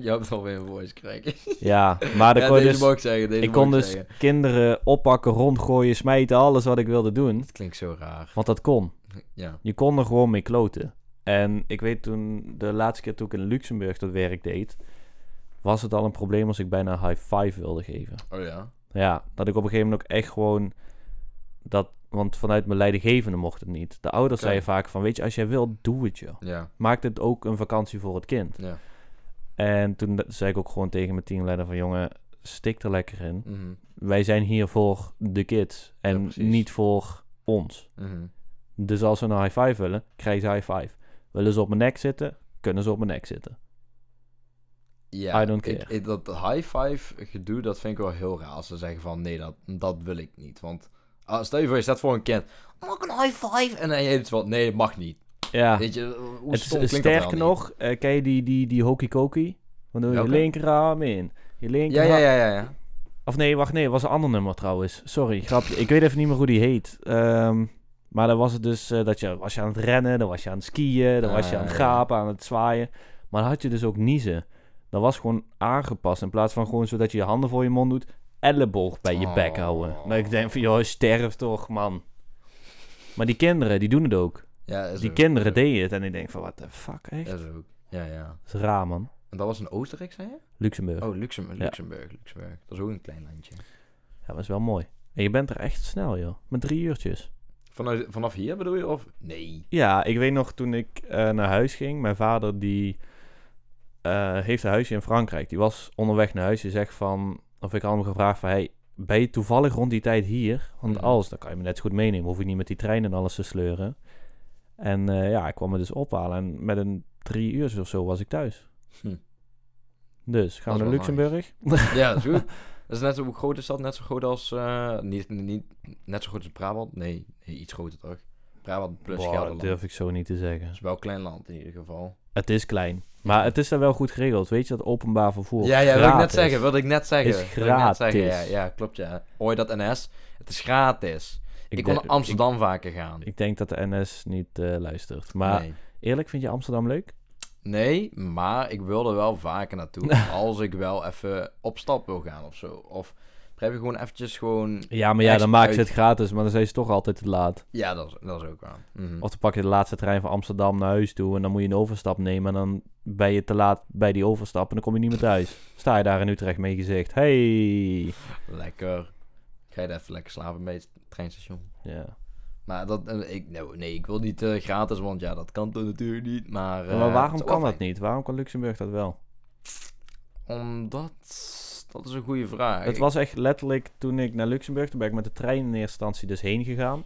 Je hebt alweer een voice crack.
Ja, maar daar
ja,
kon je
deze
dus...
mag ik zeggen, deze
Ik
mag
kon dus
zeggen.
kinderen oppakken, rondgooien, smijten, alles wat ik wilde doen.
Het klinkt zo raar.
Want dat kon.
Ja.
Je kon er gewoon mee kloten. En ik weet toen, de laatste keer toen ik in Luxemburg dat werk deed, was het al een probleem als ik bijna een high five wilde geven.
Oh ja.
Ja, dat ik op een gegeven moment ook echt gewoon dat, want vanuit mijn leidinggevende mocht het niet. De ouders
Oké.
zeiden vaak van, weet je, als jij wilt, doe het joh.
Ja.
Maak dit ook een vakantie voor het kind.
Ja.
En toen zei ik ook gewoon tegen mijn teamleider van, jongen, stik er lekker in
Mhm.
wij zijn hier voor de kids
Ja,
en
precies.
niet voor ons.
Mhm.
Dus als ze een high five willen, krijgen ze high five. Willen ze op mijn nek zitten, kunnen ze op mijn nek zitten.
Ja,
I don't
ik-
care.
ik- dat high five gedoe, dat vind ik wel heel raar. Als ze zeggen van, nee, dat, dat wil ik niet. Want ah, stel je voor, je staat voor een kind. Mag ik een high five? En hij heeft iets van, nee, dat mag niet.
Ja,
Weet je, eh, hoe
het
stom
is
klinkt dat wel
sterker
niet?
nog, eh, ken je die, die, die hokey-kokey? Dan doe je je
Welke?
linkerarm in, je
Ja,
linkerarm...
ja, ja, ja. ja.
Of nee, wacht, nee, het was een ander nummer trouwens. Sorry, grapje. Ik weet even niet meer hoe die heet. Ehm, maar dan was het dus eh, dat je was je aan het rennen, dan was je aan het skiën, dan was je aan het
Ah, ja.
gapen, aan het zwaaien. Maar dan had je dus ook niezen. Dat was gewoon aangepast in plaats van gewoon zodat je je handen voor je mond doet, elleboog bij je bek
Oh.
houden. Nou, ik denk van, joh, sterf toch, man. Maar die kinderen, die doen het ook.
ja is
Die
ook.
kinderen deden het en ik denk van, wat de fuck, echt?
Dat is ook. Ja, ja.
Dat is raar, man.
En dat was in Oostenrijk, zei je?
Luxemburg.
Oh, Luxemburg,
Ja.
Luxemburg, Luxemburg. Dat is ook een klein landje.
Ja, maar dat is wel mooi. En je bent er echt snel, joh. Met drie uurtjes.
Vanuit, vanaf hier bedoel je? Of? Nee.
Ja, ik weet nog toen ik eh, naar huis ging. Mijn vader die eh, heeft een huisje in Frankrijk. Die was onderweg naar huis. Die zegt van, of ik had hem gevraagd van, hey, ben je toevallig rond die tijd hier? Want
Mhm.
als, dan kan je me net zo goed meenemen. Hoef ik niet met die trein en alles te sleuren. En eh, ja, ik kwam me dus ophalen. En met een drie uur of zo was ik thuis.
Hm.
Dus, gaan we
Dat
naar
is wel
Luxemburg?
Ja, dat is goed. Dat is net zo hoe groot is dat? Net zo groot als... eh, niet, niet, net zo groot als Brabant? Nee, nee iets groter toch? Brabant plus
Boah, dat
Gelderland.
durf ik zo niet te zeggen.
Dat is wel een klein land in ieder geval.
Het is klein. Maar het is daar wel goed geregeld. Weet je, dat openbaar vervoer
ja, ja, wilde ik net
gratis.
zeggen. Wilde ik net zeggen.
Is
wilde ik net zeggen,
gratis.
Ja, ja, klopt ja. Hoor je dat NS? Het is gratis. Ik, kon
de-
naar Amsterdam vaker gaan.
Ik denk dat de NS niet eh, luistert. Maar
nee.
eerlijk, vind je Amsterdam leuk?
Nee, maar ik wil er wel vaker naartoe. als ik wel even op stap wil gaan of zo. Of heb je gewoon eventjes gewoon...
Ja, maar ja,
Echt
dan maken ze
uit.
het gratis, maar dan zijn ze toch altijd te laat.
Ja, dat is, dat is ook waar. Mhm.
Of dan pak je de laatste trein van Amsterdam naar huis toe en dan moet je een overstap nemen en dan ben je te laat bij die overstap en dan kom je niet meer thuis. Sta je daar in Utrecht mee gezegd, hey.
Lekker. Ga je daar even lekker slapen bij het treinstation.
Ja.
Maar dat... eh, Ik, nou, nee, ik wil niet eh, gratis, want ja, dat kan toch natuurlijk niet. Maar, eh,
maar waarom kan dat niet? Waarom kan Luxemburg dat wel?
Omdat... Dat is een goede vraag.
Het
Ik-
was echt letterlijk toen ik naar Luxemburg, toen ben ik met de trein in eerste instantie dus heen gegaan.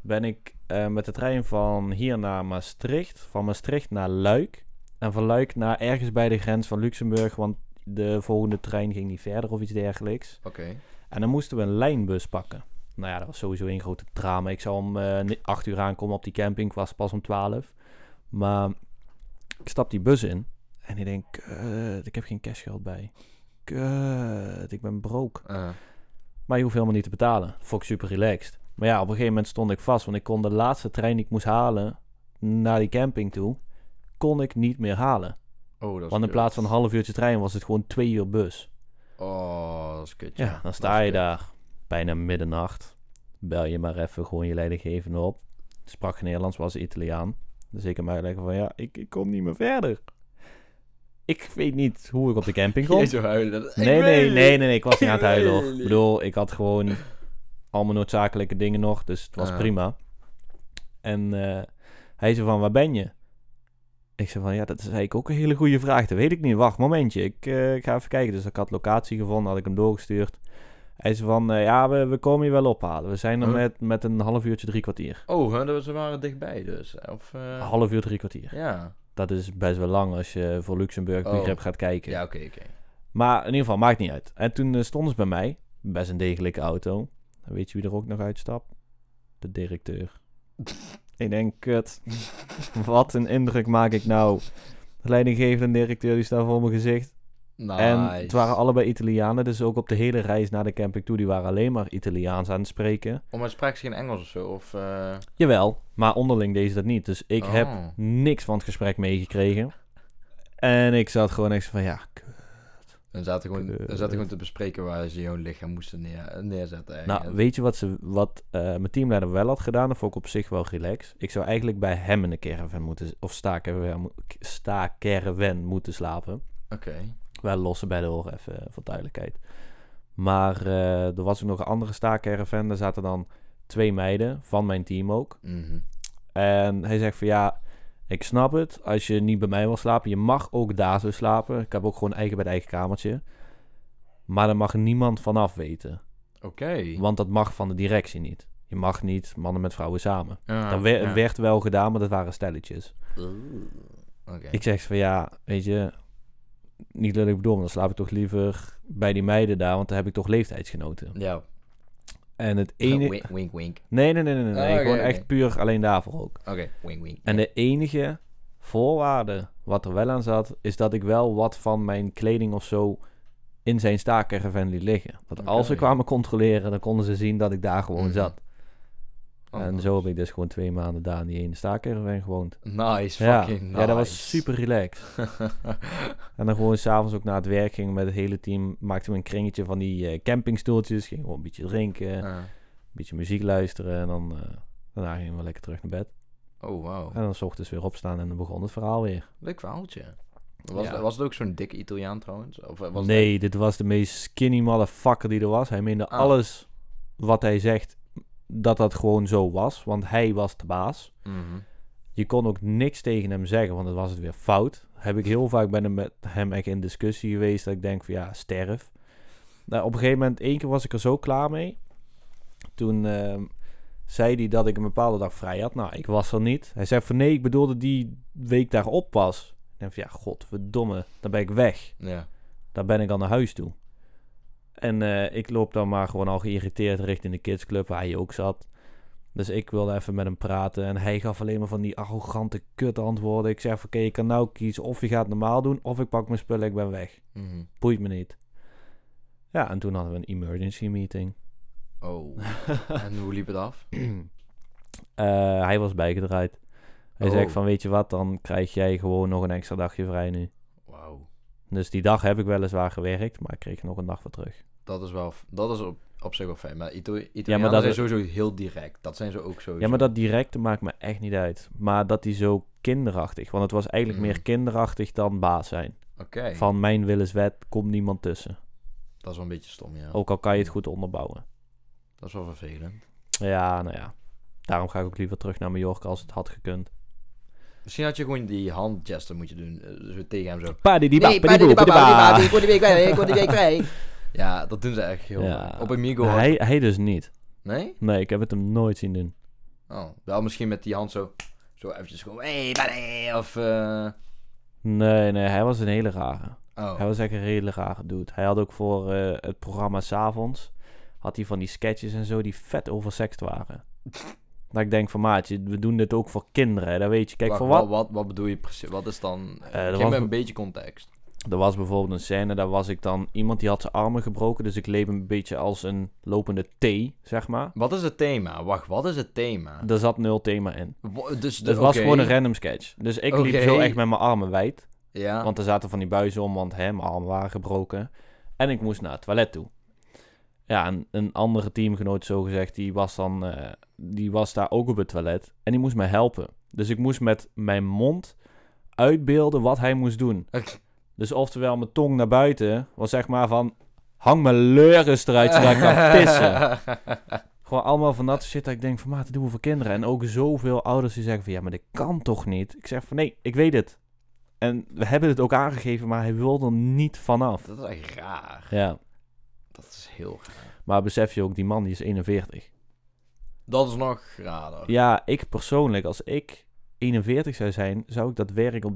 Ben ik eh, met de trein van hier naar Maastricht, van Maastricht naar Luik. En van Luik naar ergens bij de grens van Luxemburg, want de volgende trein ging niet verder of iets dergelijks.
Oké.
En dan moesten we een lijnbus pakken. Nou ja, dat was sowieso één grote drama. Ik zou om eh, ni- acht uur aankomen op die camping. Ik was pas om twaalf. Maar ik stap die bus in. En ik denk, "Kut, ik heb geen cashgeld bij. Kut, ik ben broke.
Eh,
Maar je hoeft helemaal niet te betalen. Vond ik super relaxed. Maar ja, op een gegeven moment stond ik vast. Want ik kon de laatste trein die ik moest halen naar die camping toe, kon ik niet meer halen.
oh, dat is
Want in
kut.
plaats van een half uurtje trein was het gewoon twee uur bus.
Oh, dat is kut.
Ja, dan sta
Dat is
je
kut.
daar. Bijna middernacht. Bel je maar even gewoon je leidinggevende op. Sprak geen Nederlands, was Italiaan. Dus ik hem uitleggen van ja, ik, ik kom niet meer verder. Ik weet niet hoe ik op de camping kom.
Niet zo huilen. Ik
Nee, nee,
weet het
nee,
niet.
nee, nee, ik was niet aan het huilen.
Ik
hoor.
weet
Ik
het
bedoel, ik had gewoon al mijn noodzakelijke dingen nog, dus het was
Ah.
prima. En eh, hij zei van, waar ben je? Ik zei van, ja, dat is eigenlijk ook een hele goede vraag. Dat weet ik niet. Wacht, momentje. Ik, eh, ik ga even kijken. Dus ik had locatie gevonden, had ik hem doorgestuurd. Hij zei van, eh, ja, we, we komen je wel ophalen. We zijn er
Huh?
met, met een half uurtje, drie kwartier.
Oh, hè, dat- ze waren dichtbij dus. Of, eh,
Een half uur, drie kwartier.
Ja.
Dat is best wel lang als je voor Luxemburg
Oh.
begrip gaat kijken.
Ja, oké, oké.
Maar in ieder geval, maakt niet uit. En toen eh, stonden ze bij mij. Best een degelijke auto. En weet je wie er ook nog uitstapt? De directeur. ik denk, kut. Wat een indruk maak ik nou. De leidinggevende directeur die staat voor mijn gezicht.
Nice.
En het waren allebei Italianen, dus ook op de hele reis naar de camping toe, die waren alleen maar Italiaans aan het spreken.
Oh, maar spraken ze geen Engels of zo? Of, eh,
Jawel, maar onderling deden ze dat niet. Dus ik heb
oh.
niks van het gesprek meegekregen. En ik zat gewoon echt zo van, ja, k-
Dan zaten gewoon, dan zaten
Kut.
gewoon te bespreken waar ze jouw lichaam moesten neer, neerzetten. eigenlijk.
nou, weet je wat, ze, wat eh, mijn teamleider wel had gedaan? Dat vond ik op zich wel relaxed. Ik zou eigenlijk bij hem in de caravan moeten, of sta-caravan, mo- sta-caravan moeten slapen.
Oké.
Wel losse bedden hoor, even eh, voor duidelijkheid. Maar eh, er was ook nog een andere staakcaravan. Daar zaten dan twee meiden van mijn team ook.
Mhm.
En hij zegt van ja, ik snap het. Als je niet bij mij wil slapen, je mag ook daar zo slapen. Ik heb ook gewoon eigen bij eigen kamertje. Maar daar mag niemand vanaf weten.
Oké.
Want dat mag van de directie niet. Je mag niet mannen met vrouwen samen.
Ja,
Dat wer-
Ah, ja.
werd wel gedaan, maar dat waren stelletjes.
Oeh. Oké.
Ik zeg ze van ja, weet je, niet lullig bedoel, maar dan slaap ik toch liever bij die meiden daar, want dan heb ik toch leeftijdsgenoten.
Ja.
En het enige.
Wink, wink, wink.
Nee, nee, nee, nee, nee.
Ah,
nee,
oké,
gewoon
oké.
echt puur alleen daarvoor ook.
Oké, wink, wink.
En de enige voorwaarde wat er wel aan zat, is dat ik wel wat van mijn kleding of zo in zijn staakerven liet liggen. Dat als ze
Oké.
kwamen controleren, dan konden ze zien dat ik daar gewoon
Mhm.
zat.
Oh,
en zo heb ik dus gewoon twee maanden daar in die ene staakerven gewoond.
Nice,
Ja,
fucking nice.
ja, dat was super relaxed. En dan gewoon s'avonds ook naar het werk ging met het hele team. Maakten we een kringetje van die eh, campingstoeltjes. Ging gewoon een beetje drinken, een
Ja.
beetje muziek luisteren. En dan eh, daarna gingen we lekker terug naar bed.
Oh, wauw.
En dan 's ochtends weer opstaan en dan begon het verhaal weer.
Leuk verhaaltje. Was,
Ja.
was het ook zo'n dikke Italiaan trouwens? Of eh, was
nee, dit was de meest skinny motherfucker die er was. Hij meende
Ah.
alles wat hij zegt dat dat gewoon zo was. Want hij was de baas.
Het... Mhm.
Je kon ook niks tegen hem zeggen, want dan was het weer fout. Heb ik heel vaak ben met hem echt in discussie geweest dat ik denk van ja, sterf. Nou, op een gegeven moment, één keer was ik er zo klaar mee. Toen ehm, zei hij dat ik een bepaalde dag vrij had. Nou, ik was er niet. Hij zei van nee, ik bedoelde die week daarop pas. Ik denk van ja, godverdomme, dan ben ik weg.
Ja.
Dan ben ik al naar huis toe. En eh, ik loop dan maar gewoon al geïrriteerd richting de kidsclub waar hij ook zat. Dus ik wilde even met hem praten. En hij gaf alleen maar van die arrogante kut antwoorden. Ik zeg van oké, ik kan nou kiezen of je gaat normaal doen of ik pak mijn spullen, ik ben weg.
Mhm.
Boeit me niet. Ja, en toen hadden we een emergency meeting.
Oh. en hoe liep het af?
Eh, hij was bijgedraaid. Hij
Oh.
zegt van weet je wat, dan krijg jij gewoon nog een extra dagje vrij nu.
Wauw.
Dus die dag heb ik weliswaar gewerkt, maar ik kreeg nog een dag voor terug.
Dat is wel... Dat is op, op zich wel fijn. Maar Ito Italianen
dat
zijn
is-
sowieso heel direct. Dat zijn ze ook sowieso.
Ja, maar dat directe maakt me echt niet uit. Maar dat die zo kinderachtig, want het was eigenlijk
Mm.
meer kinderachtig dan baas zijn.
Oké.
Van mijn wil is wet, komt niemand tussen.
Dat is wel een beetje stom, ja. Mm.
Ook al kan je het goed onderbouwen.
Dat is wel vervelend.
Ja, nou ja. Daarom ga ik ook liever terug naar Mallorca als het had gekund.
Misschien had je gewoon die handgesten moeten doen. eh, Zo tegen hem zo.
Padi die
Nee, pa, die die papa, die ik word die week kwijt, ik word die week kwijt.
Ja, dat doen ze echt heel
Ja.
vaak. Op Amigo. had-
Hij, hij dus niet.
Nee?
Nee, ik heb het hem nooit zien doen.
Oh, wel misschien met die hand zo. Zo eventjes gewoon. Hey, buddy! Of. eh,
Nee, nee, hij was een hele rare.
Oh.
Hij was echt een hele rare dude. Hij had ook voor eh, het programma S'avonds... had hij van die sketches en zo die vet oversext waren. dat ik denk van maatje, we doen dit ook voor kinderen, hè, dat weet je. Kijk,
Wacht,
voor wat?
Wat, wat, wat bedoel je precies? Wat is dan...
Eh, er
geef me
was-
een beetje context.
Er was bijvoorbeeld een scène, daar was ik dan... Iemand die had zijn armen gebroken, dus ik leef een beetje als een lopende T, zeg maar.
Wat is het thema? Wacht, wat is het thema?
Daar zat nul thema in.
Wo- dus
Het was
oké.
gewoon een random sketch. Dus ik liep
Oké.
zo echt met mijn armen wijd.
Ja,
Want er zaten van die buizen om, want hè, mijn armen waren gebroken. En ik moest naar het toilet toe. Ja, en een andere teamgenoot, zogezegd, die was dan... eh, die was daar ook op het toilet. En die moest mij helpen. Dus ik moest met mijn mond uitbeelden wat hij moest doen.
Oké.
Dus oftewel mijn tong naar buiten was zeg maar van... Hang mijn leuris eruit zodat ik kan pissen. Gewoon allemaal van dat shit dat ik denk van, maat, dat doen we voor kinderen. En ook zoveel ouders die zeggen van, ja, maar dit kan toch niet? Ik zeg van, nee, ik weet het. En we hebben het ook aangegeven, maar hij wil er niet vanaf.
Dat is echt raar.
Ja,
Dat is heel raar.
maar besef je ook, die man die is 41.
Dat is nog raarder.
Ja, ik persoonlijk, als ik 41 zou zijn, zou ik dat werk op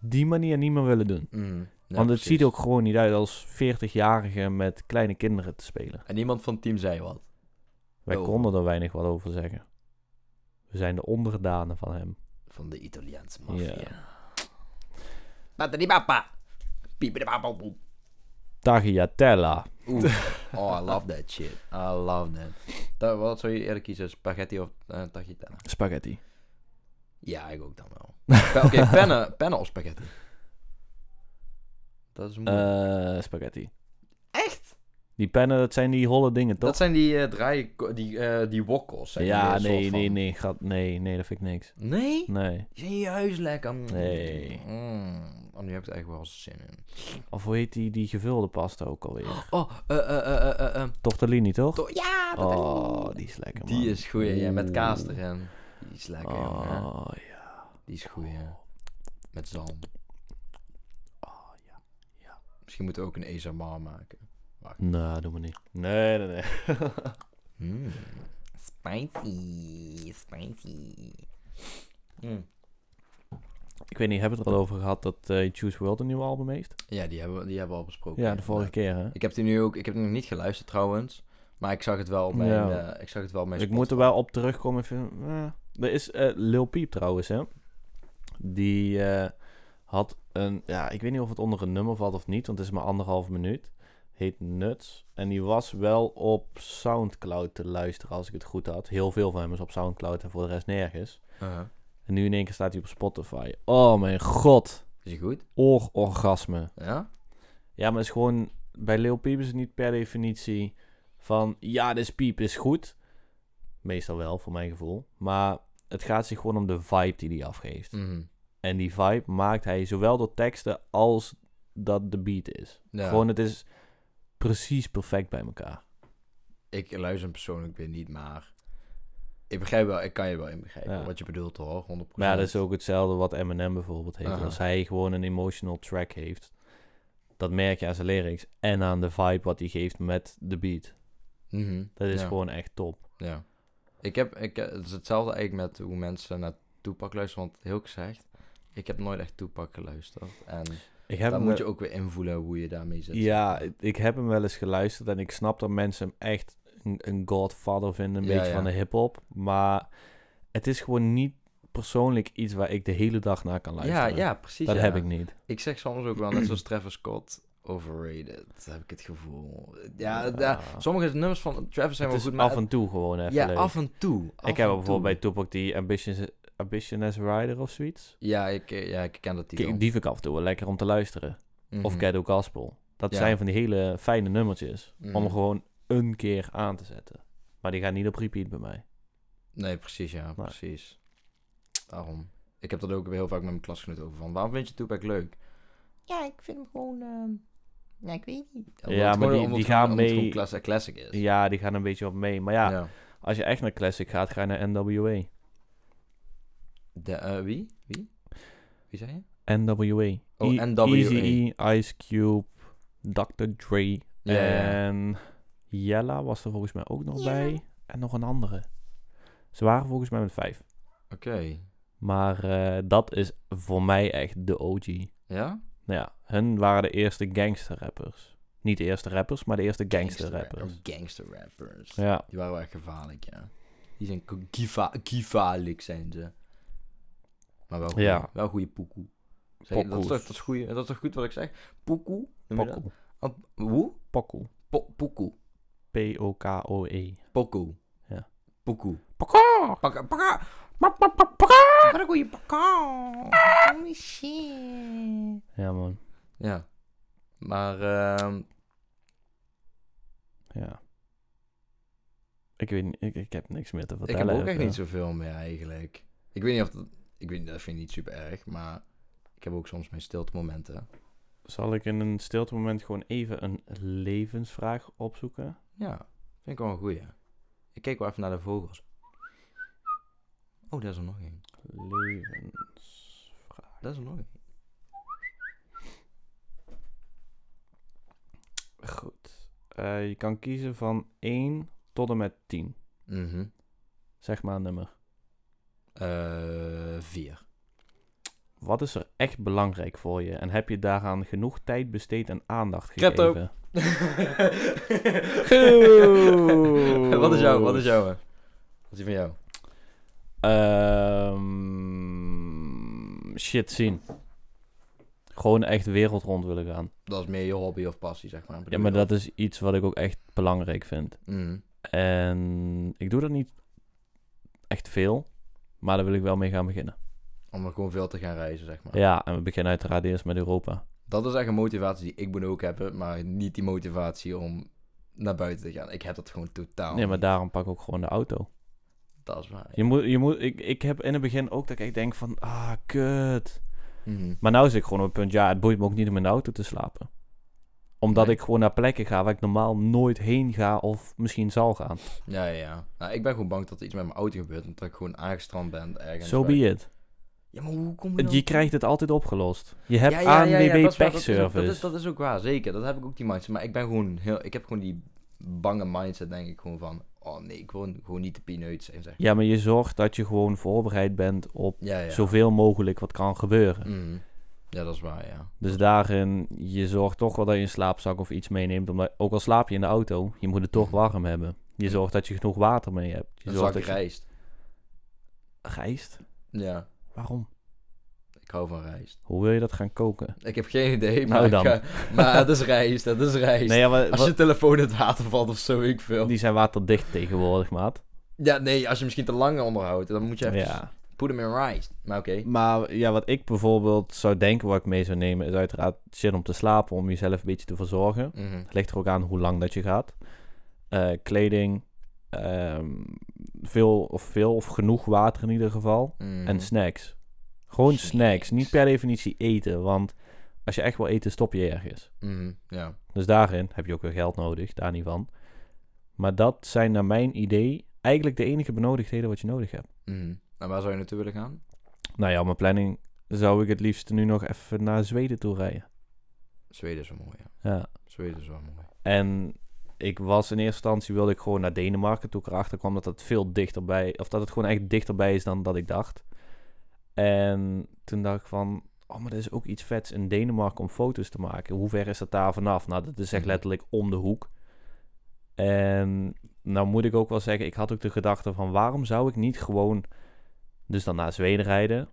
die manier niet meer willen doen.
Mhm. Ja,
Want het
precies.
ziet ook gewoon niet uit als 40-jarige met kleine kinderen te spelen.
En iemand van het team zei wat.
Wij
Oh.
konden er weinig wat over zeggen. We zijn de onderdanen van hem.
Van de Italiaanse maffia.
Ja.
Pa, die papa.
Piepidabababom.
Tagliatella.
Oh, I love that shit. I love that. Dat, wat zou je eerder kiezen? Spaghetti of eh, tagliatelle?
Spaghetti.
Ja, ik ook dan wel. Pe- Oké, pennen, pennen of spaghetti? Dat is moeilijk.
Eh, spaghetti.
Echt?
Die pennen, dat zijn die holle dingen, toch?
Dat zijn die eh draaien, die, eh, die wokkels. zeg maar,
ja,
een soort
nee,
van.
nee, nee, gaat, nee, nee, dat vind ik niks.
Nee?
Nee.
Die zijn juist lekker. Mm.
Nee.
Mm. Oh, nu heb ik er echt wel zin in.
Of hoe heet die, die gevulde pasta ook alweer?
Oh, eh, eh, eh, eh, eh, eh.
Tortellini, toch?
To- ja, dat
Oh, die is lekker, man.
Die is goed, ja, met kaas
Oeh.
erin. Die is lekker, jongen.
Oh, ja.
Die is goed, ja. Met zalm.
Oh, ja.
Misschien moeten we ook een ASMR maken.
Nou, doe maar niet. Nee, nee, nee.
Mm. Spicy, spicy. Mm.
Ik weet niet, hebben we het er al over gehad dat eh Juice WRLD een nieuw album heeft?
Ja, die hebben, we- die hebben we al besproken.
ja, de vorige
inderdaad.
keer, hè?
Ik heb die nu ook, ik heb die nog niet geluisterd trouwens. Maar ik zag het wel bij,
Ja.
mijn, eh, ik zag het wel bij
ik moet er wel op terugkomen. Ik Vind, eh. Er is eh, Lil Peep trouwens, hè. Die eh, had een... Ja, ik weet niet of het onder een nummer valt of niet, want het is maar anderhalf minuut. Heet Nuts. En die was wel op Soundcloud te luisteren, als ik het goed had. Heel veel van hem is op Soundcloud en voor de rest nergens.
Uh-huh.
En nu in één keer staat hij op Spotify. Oh mijn god.
Is die goed?
Oororgasme.
Ja?
Ja, maar het is gewoon... Bij Lil Peep is het niet per definitie van... Ja, dit Peep is goed. Meestal wel, voor mijn gevoel. Maar het gaat zich gewoon om de vibe die hij afgeeft.
Mhm.
En die vibe maakt hij zowel door teksten als dat de beat is.
ja.
Gewoon, het is precies perfect bij elkaar.
Ik luister hem persoonlijk weer niet, maar... Ik begrijp wel, ik kan je wel in begrijpen
Ja.
wat je bedoelt hoor, 100%.
Maar ja, dat is ook hetzelfde wat Eminem bijvoorbeeld heeft.
Aha.
Als hij gewoon een emotional track heeft... Dat merk je aan zijn lyrics en aan de vibe wat hij geeft met de beat.
Mhm.
Dat is
Ja.
gewoon echt top.
Ja. Ik heb, ik, het is hetzelfde eigenlijk met hoe mensen naar Toepak luisteren. Want heel gezegd, ik heb nooit echt Toepak geluisterd. En
Ik heb
daar
hem wel-
moet je ook weer invoelen hoe je daarmee zit.
Ja, ik- ik heb hem wel eens geluisterd en ik snap dat mensen hem echt een, een godfather vinden, een
Ja,
beetje
ja.
van de hip-hop. Maar het is gewoon niet persoonlijk iets waar ik de hele dag naar kan
ja,
luisteren.
ja, precies.
dat
ja.
heb ik niet.
Ik zeg soms ook wel, net zoals Travis Scott, overrated, heb ik het gevoel. Ja,
Ja.
ja, sommige nummers van Travis zijn
Het
wel
is
goed, maar...
af en toe gewoon
het-
even
ja,
leuk.
af en toe. af
eh, ik heb
en
bijvoorbeeld bij
toe.
Tupac die Ambition, Ambition as a Rider of zoiets.
Ja, ik, eh, ja, ik ken dat
Die
titel.
vind ik af en toe wel lekker om te luisteren. Of
Mhm.
Ghetto Gospel. Dat
Ja.
zijn van die hele fijne nummertjes. Om
Mhm.
gewoon een keer aan te zetten. Maar die gaan niet op repeat bij mij.
Nee, precies, ja,
Maar-
precies. Daarom. Ik heb dat ook heel vaak met mijn klasgenoten over. Van, waarom vind je Tupac leuk? Ja, ik vind hem gewoon... ehm, nou, ik weet niet. Omdat
Ja,
het
maar die- die
omdat het gewoon-
gaan
omdat het
mee-
gewoon classic, classic is.
Ja, die gaan een beetje op mee. Maar ja, Als je echt naar classic gaat, ga je naar NWA.
De, eh, wie? Wie? Wie zei je?
NWA.
Oh,
E-
NWA.
Eazy-E, Ice Cube, Dr. Dre
Ja, ja.
en Jella was er volgens mij ook nog bij. En nog een andere. Ze waren volgens mij met vijf.
Oké.
Maar eh, dat is voor mij echt de OG.
Ja?
Nou ja, hun waren de eerste gangsterrappers. Niet de eerste rappers, maar de eerste gangsterrappers.
rappers. Oh, Gangster rappers.
Ja,
Die waren wel echt gevaarlijk, ja. Die zijn k- giva- gevaarlijk, zijn ze. Maar wel goeie,
Ja.
wel goede poekoe. Zeg, dat, is toch,
Pokoes.
dat, is goeie, dat is toch goed wat ik zeg? Poekoe? noem je dat?
Pokoe.
Oh, Hoe?
Pokoe.
Po- Poekoe.
P-O-K-O-E.
Pokoe.
Ja.
Pokoe.
Pokoe!
Pakka, pakka.
Wat een goeie pakkaan. Holy shit.
Ja, man.
Ja. Maar, ehm
Ja. Ik weet niet, ik, ik heb niks meer te
ik
vertellen. dus, eh.
heb ook echt
even.
niet zoveel meer eigenlijk. Ik weet niet of dat... Ik weet niet, dat vind ik niet super erg, maar... Ik heb ook soms mijn stilte momenten.
Zal ik in een stilte moment gewoon even een levensvraag opzoeken?
Ja, vind ik wel een goeie. Ik kijk wel even naar de vogels. Oh, daar is er nog één.
Levensvraag.
Dat is er nog één.
Goed. Eh, je kan kiezen van 1 tot en met 10.
Mhm.
Zeg maar een nummer.
Eh, vier.
Wat is er echt belangrijk voor je? En heb je daaraan genoeg tijd besteed en aandacht
Crypto.
gegeven?
wat is jou? Wat is jou? Wat is die van jou?
Ehm, shit zien. gewoon echt wereld rond willen gaan.
Dat is meer je hobby of passie, zeg maar.
Ja, maar dat is iets wat ik ook echt belangrijk vind.
Mm.
En ik doe dat niet echt veel, maar daar wil ik wel mee gaan beginnen.
Om er gewoon veel te gaan reizen, zeg maar.
Ja, en we beginnen uiteraard eerst met Europa.
Dat is echt een motivatie die ik moet ook hebben, maar niet die motivatie om naar buiten te gaan. Ik heb dat gewoon totaal.
Nee, maar
niet.
daarom pak ik ook gewoon de auto.
Dat is waar.
Je moet, je moet, ik, ik heb in het begin ook dat ik echt denk van, ah, kut.
Mhm.
Maar nou zit ik gewoon op het punt, ja, het boeit me ook niet om in de auto te slapen. Omdat
Nee.
ik gewoon naar plekken ga waar ik normaal nooit heen ga of misschien zal gaan.
Ja, ja, ja. Nou, ik ben gewoon bang dat er iets met mijn auto gebeurt. Omdat ik gewoon aangestrand ben
Zo
ergens.
so
bij-
be it.
Ja, maar hoe kom je dan...
Je krijgt het altijd opgelost. Je hebt
ja,
ANWB
dat is waar, dat is ook-
pechservice.
Dat is, dat is ook waar, zeker. Dat heb ik ook die mindset. Maar ik ben gewoon heel... Ik heb gewoon die bange mindset, denk ik, gewoon van... Oh nee, ik wil gewoon niet de pineut zijn, zeg.
Ja, maar je zorgt dat je gewoon voorbereid bent op
Ja, ja.
zoveel mogelijk wat kan gebeuren.
Mhm. Ja, dat is waar, ja.
Dus daarin, je zorgt toch wel dat je een slaapzak of iets meeneemt. Omdat, ook al slaap je in de auto, je moet het toch warm hebben. Je zorgt dat je genoeg water mee hebt. Je
Mhm. Een
zorgt
zak
dat je-
rijst.
Rijst?
Ja,
Waarom?
ik hou van rijst.
Hoe wil je dat gaan koken?
Ik heb geen idee, maar,
Nou
ik
dan.
ga- maar het is rijst, het is rijst.
Nee, ja, wa-
Als
wa-
je Oh. telefoon in het water valt of zo, ik veel.
die zijn waterdicht tegenwoordig, maat.
Ja, nee, als je misschien te lang onderhoudt, dan moet je even...
Ja.
Put hem in rijst. Maar oké.
Maar ja, wat ik bijvoorbeeld zou denken, wat ik mee zou nemen, is uiteraard zin om te slapen, om jezelf een beetje te verzorgen.
Mhm.
Het ligt er ook aan hoe lang dat je gaat. Eh, kleding, ehm, veel, of veel of genoeg water in ieder geval.
Mhm.
En snacks. Gewoon
Snacks.
snacks. Niet per definitie eten, want als je echt wil eten, stop je ergens.
Mhm, Ja.
Dus daarin heb je ook weer geld nodig, daar niet van. Maar dat zijn naar mijn idee eigenlijk de enige benodigdheden wat je nodig hebt.
Mhm. En waar zou je naartoe willen gaan?
Nou ja, op mijn planning zou ik het liefst nu nog even naar Zweden toe rijden.
Zweden is wel mooi, ja.
Ja.
Zweden is wel mooi.
En ik was in eerste instantie wilde ik gewoon naar Denemarken. Toen ik erachter kwam dat het veel dichterbij, of dat het gewoon echt dichterbij is dan dat ik dacht. En toen dacht ik van, oh maar er is ook iets vets in Denemarken om foto's te maken. Hoe ver is dat daar vanaf? Nou, dat is echt
Mhm.
letterlijk om de hoek. En nou moet ik ook wel zeggen, ik had ook de gedachte van waarom zou ik niet gewoon dus dan naar Zweden rijden.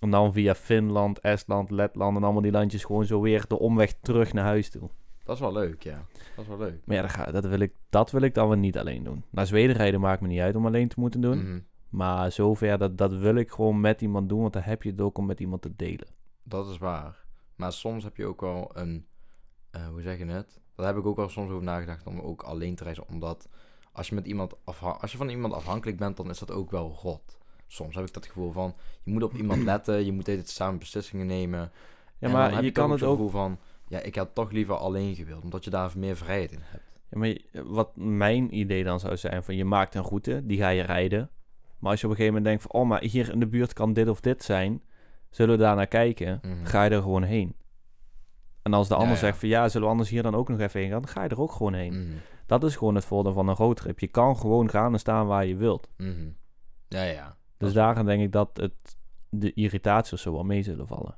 En dan via Finland, Estland, Letland en allemaal die landjes gewoon zo weer de omweg terug naar huis toe.
Dat is wel leuk, ja. Dat is wel leuk.
Maar ja, dat, ga- dat, wil ik, dat wil ik dan weer niet alleen doen. Naar Zweden rijden maakt me niet uit om alleen te moeten doen.
Mhm.
Maar zover, dat, dat wil ik gewoon met iemand doen. Want dan heb je het ook om met iemand te delen.
Dat is waar. Maar soms heb je ook wel een... eh, hoe zeg je het? Daar heb ik ook wel soms over nagedacht om ook alleen te reizen. Omdat als je, met iemand afha- als je van iemand afhankelijk bent, dan is dat ook wel rot. Soms heb ik dat gevoel van, je moet op iemand letten, je moet het samen beslissingen nemen.
Ja,
En dan
maar
heb
je
ik ook
kan het
zo'n
ook...
gevoel van, ja, ik had toch liever alleen gewild, omdat je daar meer vrijheid in hebt.
Ja, maar je- wat mijn idee dan zou zijn, van je maakt een route, die ga je rijden. Maar als je op een gegeven moment denkt van... Oh, maar hier in de buurt kan dit of dit zijn. Zullen we daar naar kijken?
Mhm.
Ga je er gewoon heen. En als de
Ja,
ander
ja.
zegt van... Ja, zullen we anders hier dan ook nog even heen gaan? Dan ga je er ook gewoon heen.
Mhm.
Dat is gewoon het voordeel van een roadtrip. Je kan gewoon gaan en staan waar je wilt.
Mhm. Ja, ja.
Dus daarin denk ik dat het, de irritaties zo wel mee zullen vallen.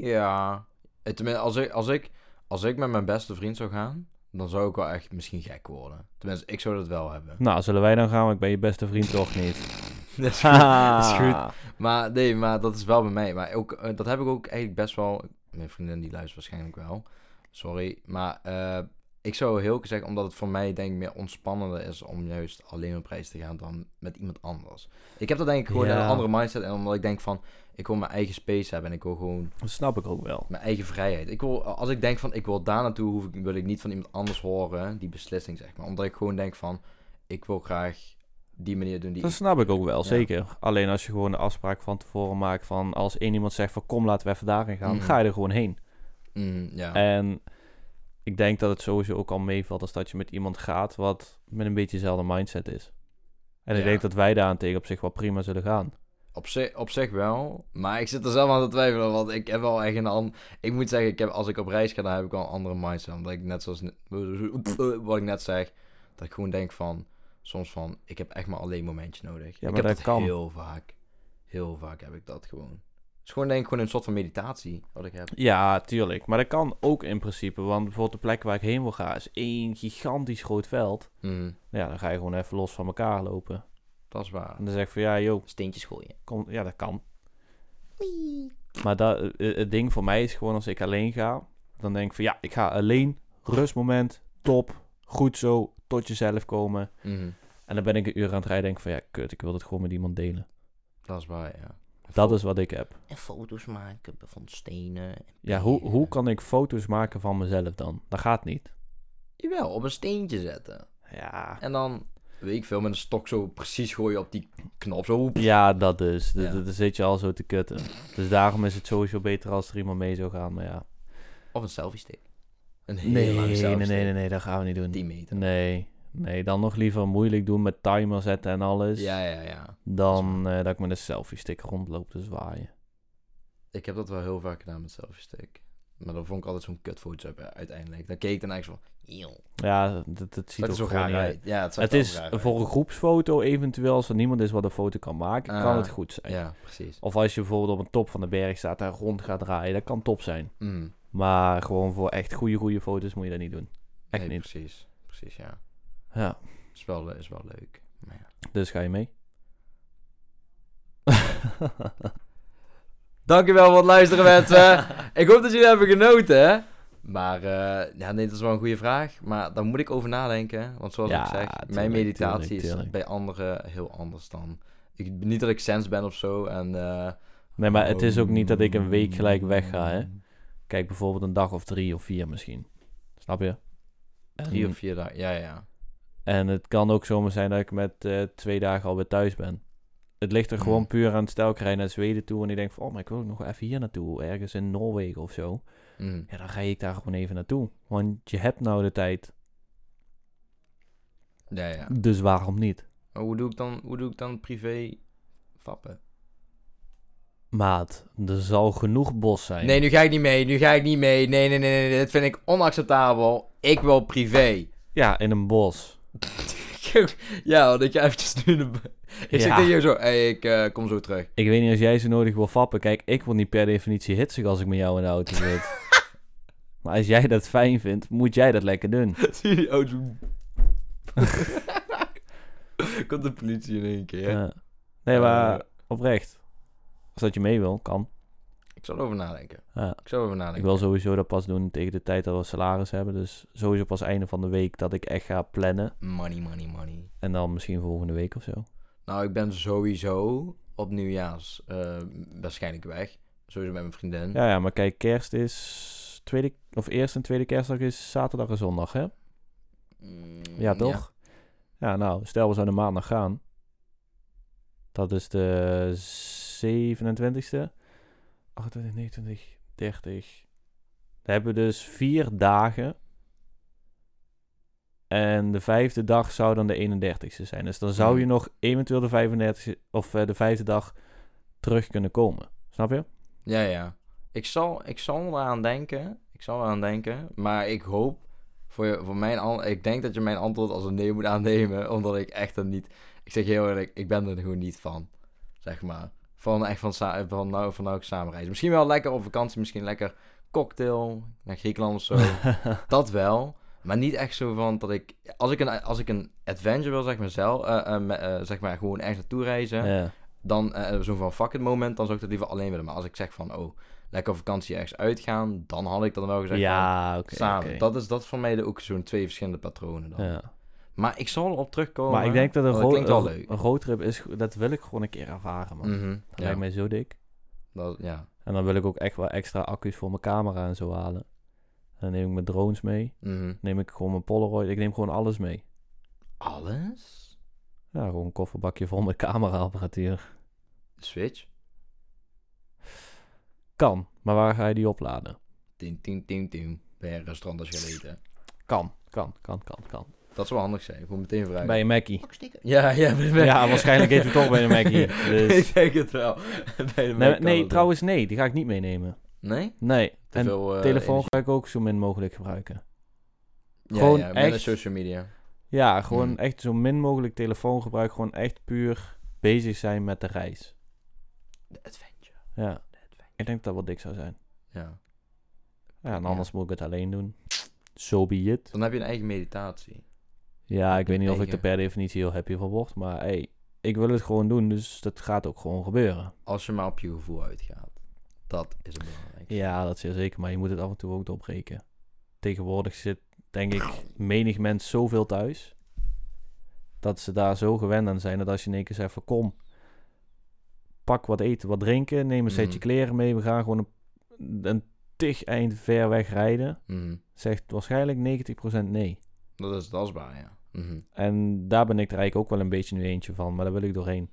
Ja. Eh, Tenminste, als ik, als, ik, als ik met mijn beste vriend zou gaan, dan zou ik wel echt misschien gek worden. Tenminste, ik zou dat wel hebben.
Nou, zullen wij dan gaan? Want ik ben je beste vriend toch niet. Ah.
dat, is goed, dat is goed.
Ha!
Maar nee, maar dat is wel bij mij. Maar ook, eh, dat heb ik ook eigenlijk best wel... Mijn vriendin die luistert waarschijnlijk wel. Sorry. Maar eh, ik zou heel gezegd, omdat het voor mij denk ik meer ontspannender is om juist alleen op reis te gaan dan met iemand anders. Ik heb dat denk ik gewoon
Ja.
een andere mindset. En omdat ik denk van, ik wil mijn eigen space hebben en ik wil gewoon
Dat snap ik ook wel.
Mijn eigen vrijheid. Ik wil, als ik denk van ik wil daar naartoe, hoef ik, wil ik niet van iemand anders horen die beslissing, zeg maar. Omdat ik gewoon denk van ik wil graag die manier doen die.
Dat
ik-
snap ik ook wel,
Ja.
zeker. Alleen als je gewoon de afspraak van tevoren maakt van... als één iemand zegt van kom, laten we even daarin gaan,
Mhm.
ga je er gewoon heen.
Mm, ja.
En ik denk dat het sowieso ook al meevalt als dat je met iemand gaat... wat met een beetje dezelfde mindset is. En ik
Ja.
denk dat wij daarentegen op zich wel prima zullen gaan.
Op, zich, op zich wel. Maar ik zit er zelf aan te twijfelen, want ik heb wel echt een ander. Ik moet zeggen, ik heb, als ik op reis ga, dan heb ik wel een andere mindset. Omdat ik net zoals wat ik net zeg, dat ik gewoon denk van soms van ik heb echt maar alleen momentje nodig.
maar
ik heb
dat kan.
heel vaak. Heel vaak heb ik dat gewoon. Het is gewoon denk ik gewoon een soort van meditatie wat ik heb.
Ja, tuurlijk. Maar dat kan ook in principe. Want bijvoorbeeld de plek waar ik heen wil gaan is één gigantisch groot veld.
Mm.
Nou Ja, dan ga je gewoon even los van elkaar lopen.
Dat is waar.
En dan zeg ik van ja, joh,
Steentjes gooien.
kom, ja, dat kan. Maar dat, eh, het ding voor mij is gewoon als ik alleen ga, dan denk ik van ja, ik ga alleen, rustmoment, top, goed zo, tot jezelf komen.
Mhm.
En dan ben ik een uur aan het rijden en denk ik van ja, kut, ik wil het gewoon met iemand delen.
Dat is waar, ja.
Dat is wat ik heb.
En foto's maken van stenen. en
Ja, hoe,
peren.
hoe kan ik foto's maken van mezelf dan? Dat gaat niet.
Jawel, op een steentje zetten.
Ja.
En dan, weet ik veel, met een stok zo precies gooien op die knop. Zo, oep.
Ja, dat dus.
Ja.
Dan zit je al zo te kutten. Dus daarom is het sowieso beter als er iemand mee zou gaan. Maar ja.
Of een selfie stick. Een hele
Nee,
lange
nee, nee,
selfie
nee,
stick.
nee, dat gaan we niet doen.
10 meter.
Nee, nee, dan nog liever moeilijk doen met timer zetten en alles.
Ja, ja, ja.
Dan eh, dat ik met een selfie stick rondloop te zwaaien.
Ik heb dat wel heel vaak gedaan met selfie stick. Maar dan vond ik altijd zo'n kutfoto hebben uiteindelijk. Dan keek ik daarna echt zo van,
Yo.
Ja, dat, dat ziet
dat is zo
ook gewoon
raar
niet uit.
uit. Ja, het, zag
Het
er
is
raar uit.
voor een groepsfoto eventueel, als er niemand is wat een foto kan maken, kan
Ah,
het goed zijn.
Ja, precies.
Of als je bijvoorbeeld op een top van de berg staat en rond gaat draaien, dat kan top zijn.
Mm.
Maar gewoon voor echt goede, goede foto's moet je dat niet doen. Echt
nee,
niet.
precies. Precies, ja.
Ja,
Is wel, le- is wel leuk. Maar ja.
dus ga je mee?
Dankjewel voor het luisteren, mensen. ik hoop dat jullie hebben genoten. hè. Maar eh, ja, nee, dat is wel een goede vraag. Maar daar moet ik over nadenken. Want zoals
Ja,
ik zeg, mijn
tuurlijk,
meditatie
tuurlijk,
is
tuurlijk.
bij anderen heel anders dan. Ik, niet dat ik sens ben of zo. En, eh,
Nee, maar het is ook niet dat ik een week gelijk wegga, hè. Kijk, bijvoorbeeld een dag of drie of vier misschien. Snap je? En,
Drie of vier dagen. Ja, ja.
en het kan ook zomaar zijn dat ik met eh, twee dagen alweer thuis ben. Het ligt er
Mhm.
gewoon puur aan. Stel, ik rij naar Zweden toe en ik denk van... Oh, maar ik wil ook nog even hier naartoe. Ergens in Noorwegen of zo.
Mm.
Ja, dan ga ik daar gewoon even naartoe. Want je hebt nou de tijd.
Ja, ja.
Dus waarom niet?
Maar hoe doe ik dan, hoe doe ik dan privé fappen?
Maat, er zal genoeg bos zijn.
Nee, nu ga ik niet mee. Nu ga ik niet mee. Nee, nee, nee. nee, nee. Dat vind ik onacceptabel. Ik wil privé.
Ja, in een bos.
ja, dat je eventjes nu... De... Ik zeg
Ja.
tegen jou zo, hey, ik eh, kom zo terug.
Ik weet niet als jij zo nodig wil fappen. Kijk, ik word niet per definitie hitsig als ik met jou in de auto zit. maar als jij dat fijn vindt, moet jij dat lekker doen.
Zie je die auto? Komt de politie in één keer. Eh,
Ja. Nee, maar oprecht. Als dat je mee wil, kan.
Ik zal erover nadenken.
Ja.
Ik zal erover
Ik
nadenken.
wil sowieso dat pas doen tegen de tijd dat we salaris hebben. Dus sowieso pas einde van de week dat ik echt ga plannen.
Money, money, money.
En dan misschien volgende week of zo.
Nou, ik ben sowieso op nieuwjaars eh, waarschijnlijk weg. Sowieso met mijn vriendin.
Ja, ja, maar kijk, kerst is... Tweede, of eerste en tweede kerstdag is zaterdag en zondag, hè?
Mm,
Ja, toch? Ja, nou, stel we zouden maandag gaan. Dat is de 27e. 28, 29, 30. Dan hebben we dus vier dagen. En de vijfde dag zou dan de 31ste zijn. Dus dan zou je
Mhm.
nog eventueel de 35 of eh, de vijfde dag terug kunnen komen. Snap je?
Ja, ja. Ik zal, ik zal eraan denken. Ik zal eraan denken. Maar ik hoop voor, je, voor mijn an- Ik denk dat je mijn antwoord als een nee moet aannemen. Omdat ik echt er niet. Ik zeg je heel eerlijk, ik ben er gewoon niet van. Zeg maar. Van echt van, sa- van nou, van nou ik samen reizen. Misschien wel lekker op vakantie. Misschien lekker cocktail naar Griekenland of zo. dat wel. Maar niet echt zo van dat ik. Als ik een, als ik een adventure wil, zeg maar zelf. eh, eh, me- eh, zeg maar gewoon ergens naartoe reizen
Ja.
dan eh, zo van fuck it moment, dan zou ik dat liever alleen willen. Maar als ik zeg van, oh, lekker op vakantie ergens uitgaan, dan had ik dan wel gezegd van,
Ja, oké.
samen.
oké.
Dat is dat is voor mij de- ook zo'n twee verschillende patronen dan.
Ja.
Maar ik zal erop terugkomen.
Maar ik denk dat eh, een,
want
ro-
Oh, klinkt wel
een-
leuk.
een roadtrip is... go- Dat wil ik gewoon een keer ervaren, man.
Mhm,
oh, Dat
ja,
lijkt mij zo dik.
dat, ja.
En dan wil ik ook echt wel extra accu's voor mijn camera en zo halen. En dan neem ik mijn drones mee.
Mhm.
Neem ik gewoon mijn Polaroid. Ik neem gewoon alles mee.
Alles?
Ja, gewoon een kofferbakje vol met cameraapparatuur.
Switch?
Kan. Maar waar ga je die opladen?
Ting, ting, ting, ting. Bij een restaurant als je gaat eten.
Kan, kan, kan, kan, kan.
Dat zou wel handig zijn. Ik moet meteen vragen.
Bij een Mackie.
Ja, ja, bij de-
Ja, waarschijnlijk eet het toch bij de Mackie. Dus...
ik denk het wel. Bij de Mac
Nee,
kan
nee,
het
trouwens nee. Die ga ik niet meenemen.
wel. Nee?
Nee.
Te
en
veel, eh,
telefoon
energie.
ga ik ook zo min mogelijk gebruiken.
Ja,
gewoon
ja, minder
echt-
social media.
Ja, gewoon
Hmm.
echt zo min mogelijk telefoongebruik. Gewoon echt puur bezig zijn met de reis.
De adventure.
Ja.
De adventure.
Ik denk dat dat wel dik zou zijn.
Ja.
Ja, en anders moet ik het alleen doen. So be it.
Dan heb je een eigen meditatie.
Ja, ik weet niet of ik
Eigen.
er per definitie heel happy van word. Maar hey, ik wil het gewoon doen, dus dat gaat ook gewoon gebeuren.
Als je maar op je gevoel uitgaat. Dat is het belangrijkste.
Ja, dat is heel zeker, maar je moet het af en toe ook doorbreken. Tegenwoordig zit, denk ik, menig mens zoveel thuis. Dat ze daar zo gewend aan zijn dat als je in één keer zegt van kom, pak wat eten, wat drinken, neem een setje
Mhm.
kleren mee, we gaan gewoon een, een tig eind ver weg rijden,
Mhm.
zegt waarschijnlijk 90% nee.
Dat is tastbaar, ja. Mhm.
En daar ben ik er eigenlijk ook wel een beetje nu eentje van, maar daar wil ik doorheen.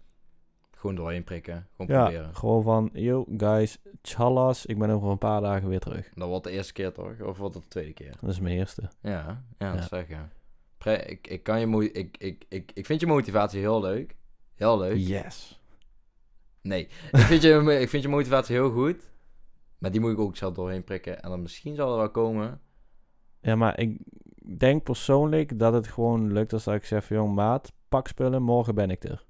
Gewoon doorheen prikken. Gewoon
Ja,
proberen.
gewoon van, yo guys, tjallas, ik ben over een paar dagen weer terug.
Dat wordt de eerste keer toch? Of wordt dat de tweede keer?
Dat is mijn eerste.
Ja, ja,
Ja.
dat zeg je. Pre- ik, ik, kan je mo- ik, ik, ik, ik vind je motivatie heel leuk. Heel leuk.
Yes.
Nee, ik vind, je, ik vind je motivatie heel goed. Maar die moet ik ook zelf doorheen prikken. En dan misschien zal er wel komen.
Ja, maar ik denk persoonlijk dat het gewoon lukt als dat ik zeg van, jong maat, pak spullen, morgen ben ik er.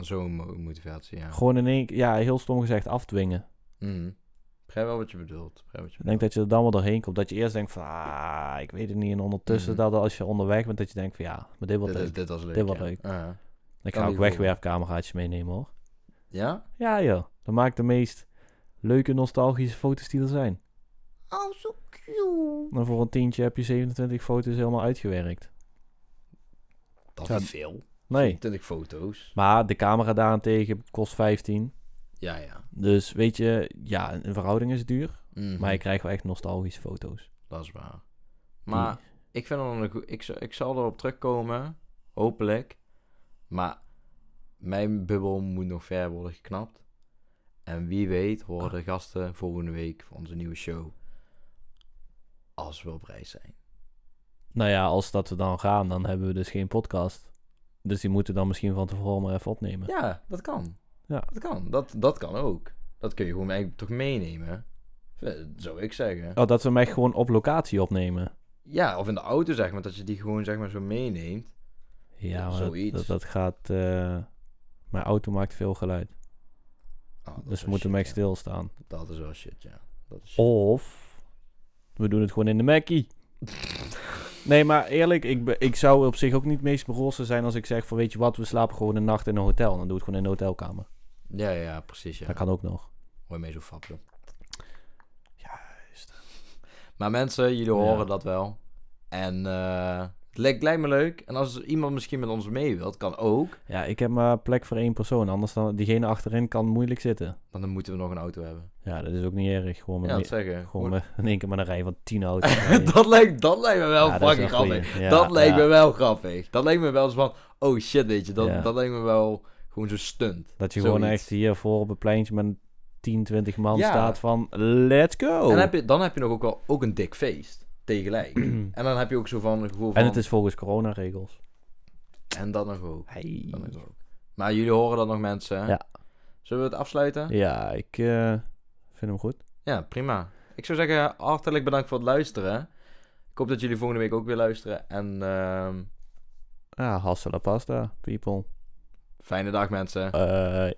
Zo'n mo- motivatie, ja.
Gewoon in één, ja, heel stom gezegd, afdwingen.
Mhm. Begrijp wel wat je bedoelt. Begrijp wat je
Ik denk
bedoelt.
dat je er dan wel doorheen komt. Dat je eerst denkt van, ah, ik weet het niet. En ondertussen
Mhm.
dat als je onderweg bent, dat je denkt van, ja, maar dit wordt
dit,
leuk.
dit was leuk.
Dit wordt
ja. Ah.
leuk.
Ja.
Ik
kan
ga ook
niet voor.
wegwerfcameraatjes meenemen hoor.
ja?
Ja joh, dat maakt de meest leuke nostalgische foto's die er zijn.
Oh, zo cute.
Maar voor een tientje heb je 27 foto's helemaal uitgewerkt.
Dat
Ja.
is niet veel.
Nee.
20 foto's.
Maar de camera daarentegen kost 15.
Ja, ja.
Dus weet je, ja, een verhouding is duur.
Mhm.
Maar je krijgt wel echt nostalgische foto's.
Dat is waar. Maar ik vind dan een goe- ik, zal- ik zal erop terugkomen, hopelijk. Maar mijn bubbel moet nog ver worden geknapt. En wie weet horen de gasten volgende week voor onze nieuwe show. Als we op reis zijn.
Nou ja, als dat we dan gaan, dan hebben we dus geen podcast. Dus die moeten dan misschien van tevoren maar even opnemen.
Ja, dat kan.
Ja.
Dat kan. Dat, dat kan ook. Dat kun je gewoon eigenlijk toch meenemen. Eh, Zou ik zeggen.
Oh, dat we hem echt gewoon op locatie opnemen.
Ja, of in de auto zeg maar. Dat je die gewoon zeg maar zo meeneemt.
Ja, maar dat,
Zoiets.
dat, dat gaat... eh, mijn auto maakt veel geluid.
Ah, dat is
dus we
wel
moeten Oh. hem echt
shit, ja.
stilstaan.
Dat is wel shit, ja. Dat is shit.
Of we doen het gewoon in de Mackie. Nee, maar eerlijk, ik, be- ik zou op zich ook niet het meest berossen zijn als ik zeg van weet je wat, we slapen gewoon een nacht in een hotel. Dan doe ik het gewoon in de hotelkamer.
Ja, ja, precies. Ja.
Dat kan ook nog.
Hoor je mee zo fap, joh. Juist. Maar mensen, jullie
Ja.
horen dat wel. En eh, het lijkt, lijkt me leuk. En als iemand misschien met ons mee wilt, kan ook.
Ja, ik heb maar plek voor één persoon. Anders dan diegene achterin kan moeilijk zitten.
Want dan moeten we nog een auto hebben.
Ja, dat is ook niet erg. Gewoon, met
ja,
me-
dat zeggen.
gewoon met, in één keer met een rij van tien auto's. rijden.
dat, lijkt, dat lijkt me wel
Ja, dat is
fucking
wel
grappig.
goeie. Ja,
dat lijkt
ja.
me wel grappig. Dat lijkt me wel eens van, oh shit, weet je. Dat,
Ja.
dat lijkt me wel gewoon zo stunt.
Dat je gewoon
Zoiets.
echt hier voor op een pleintje met 10, 20 man
Ja.
staat van let's go.
En heb je, dan heb je nog ook wel ook een dik feest. Tegelijk. en dan heb je ook zo van het gevoel van...
en het is volgens coronaregels.
en dat nog ook.
Hey.
Dat nog ook. Maar jullie horen dat nog mensen. hè?
Ja.
Zullen we het afsluiten?
Ja, ik eh, vind hem goed.
Ja, prima. Ik zou zeggen, hartelijk bedankt voor het luisteren. Ik hoop dat jullie volgende week ook weer luisteren. En ehm,
Ah, hassa la pasta, people.
fijne dag mensen.
Eh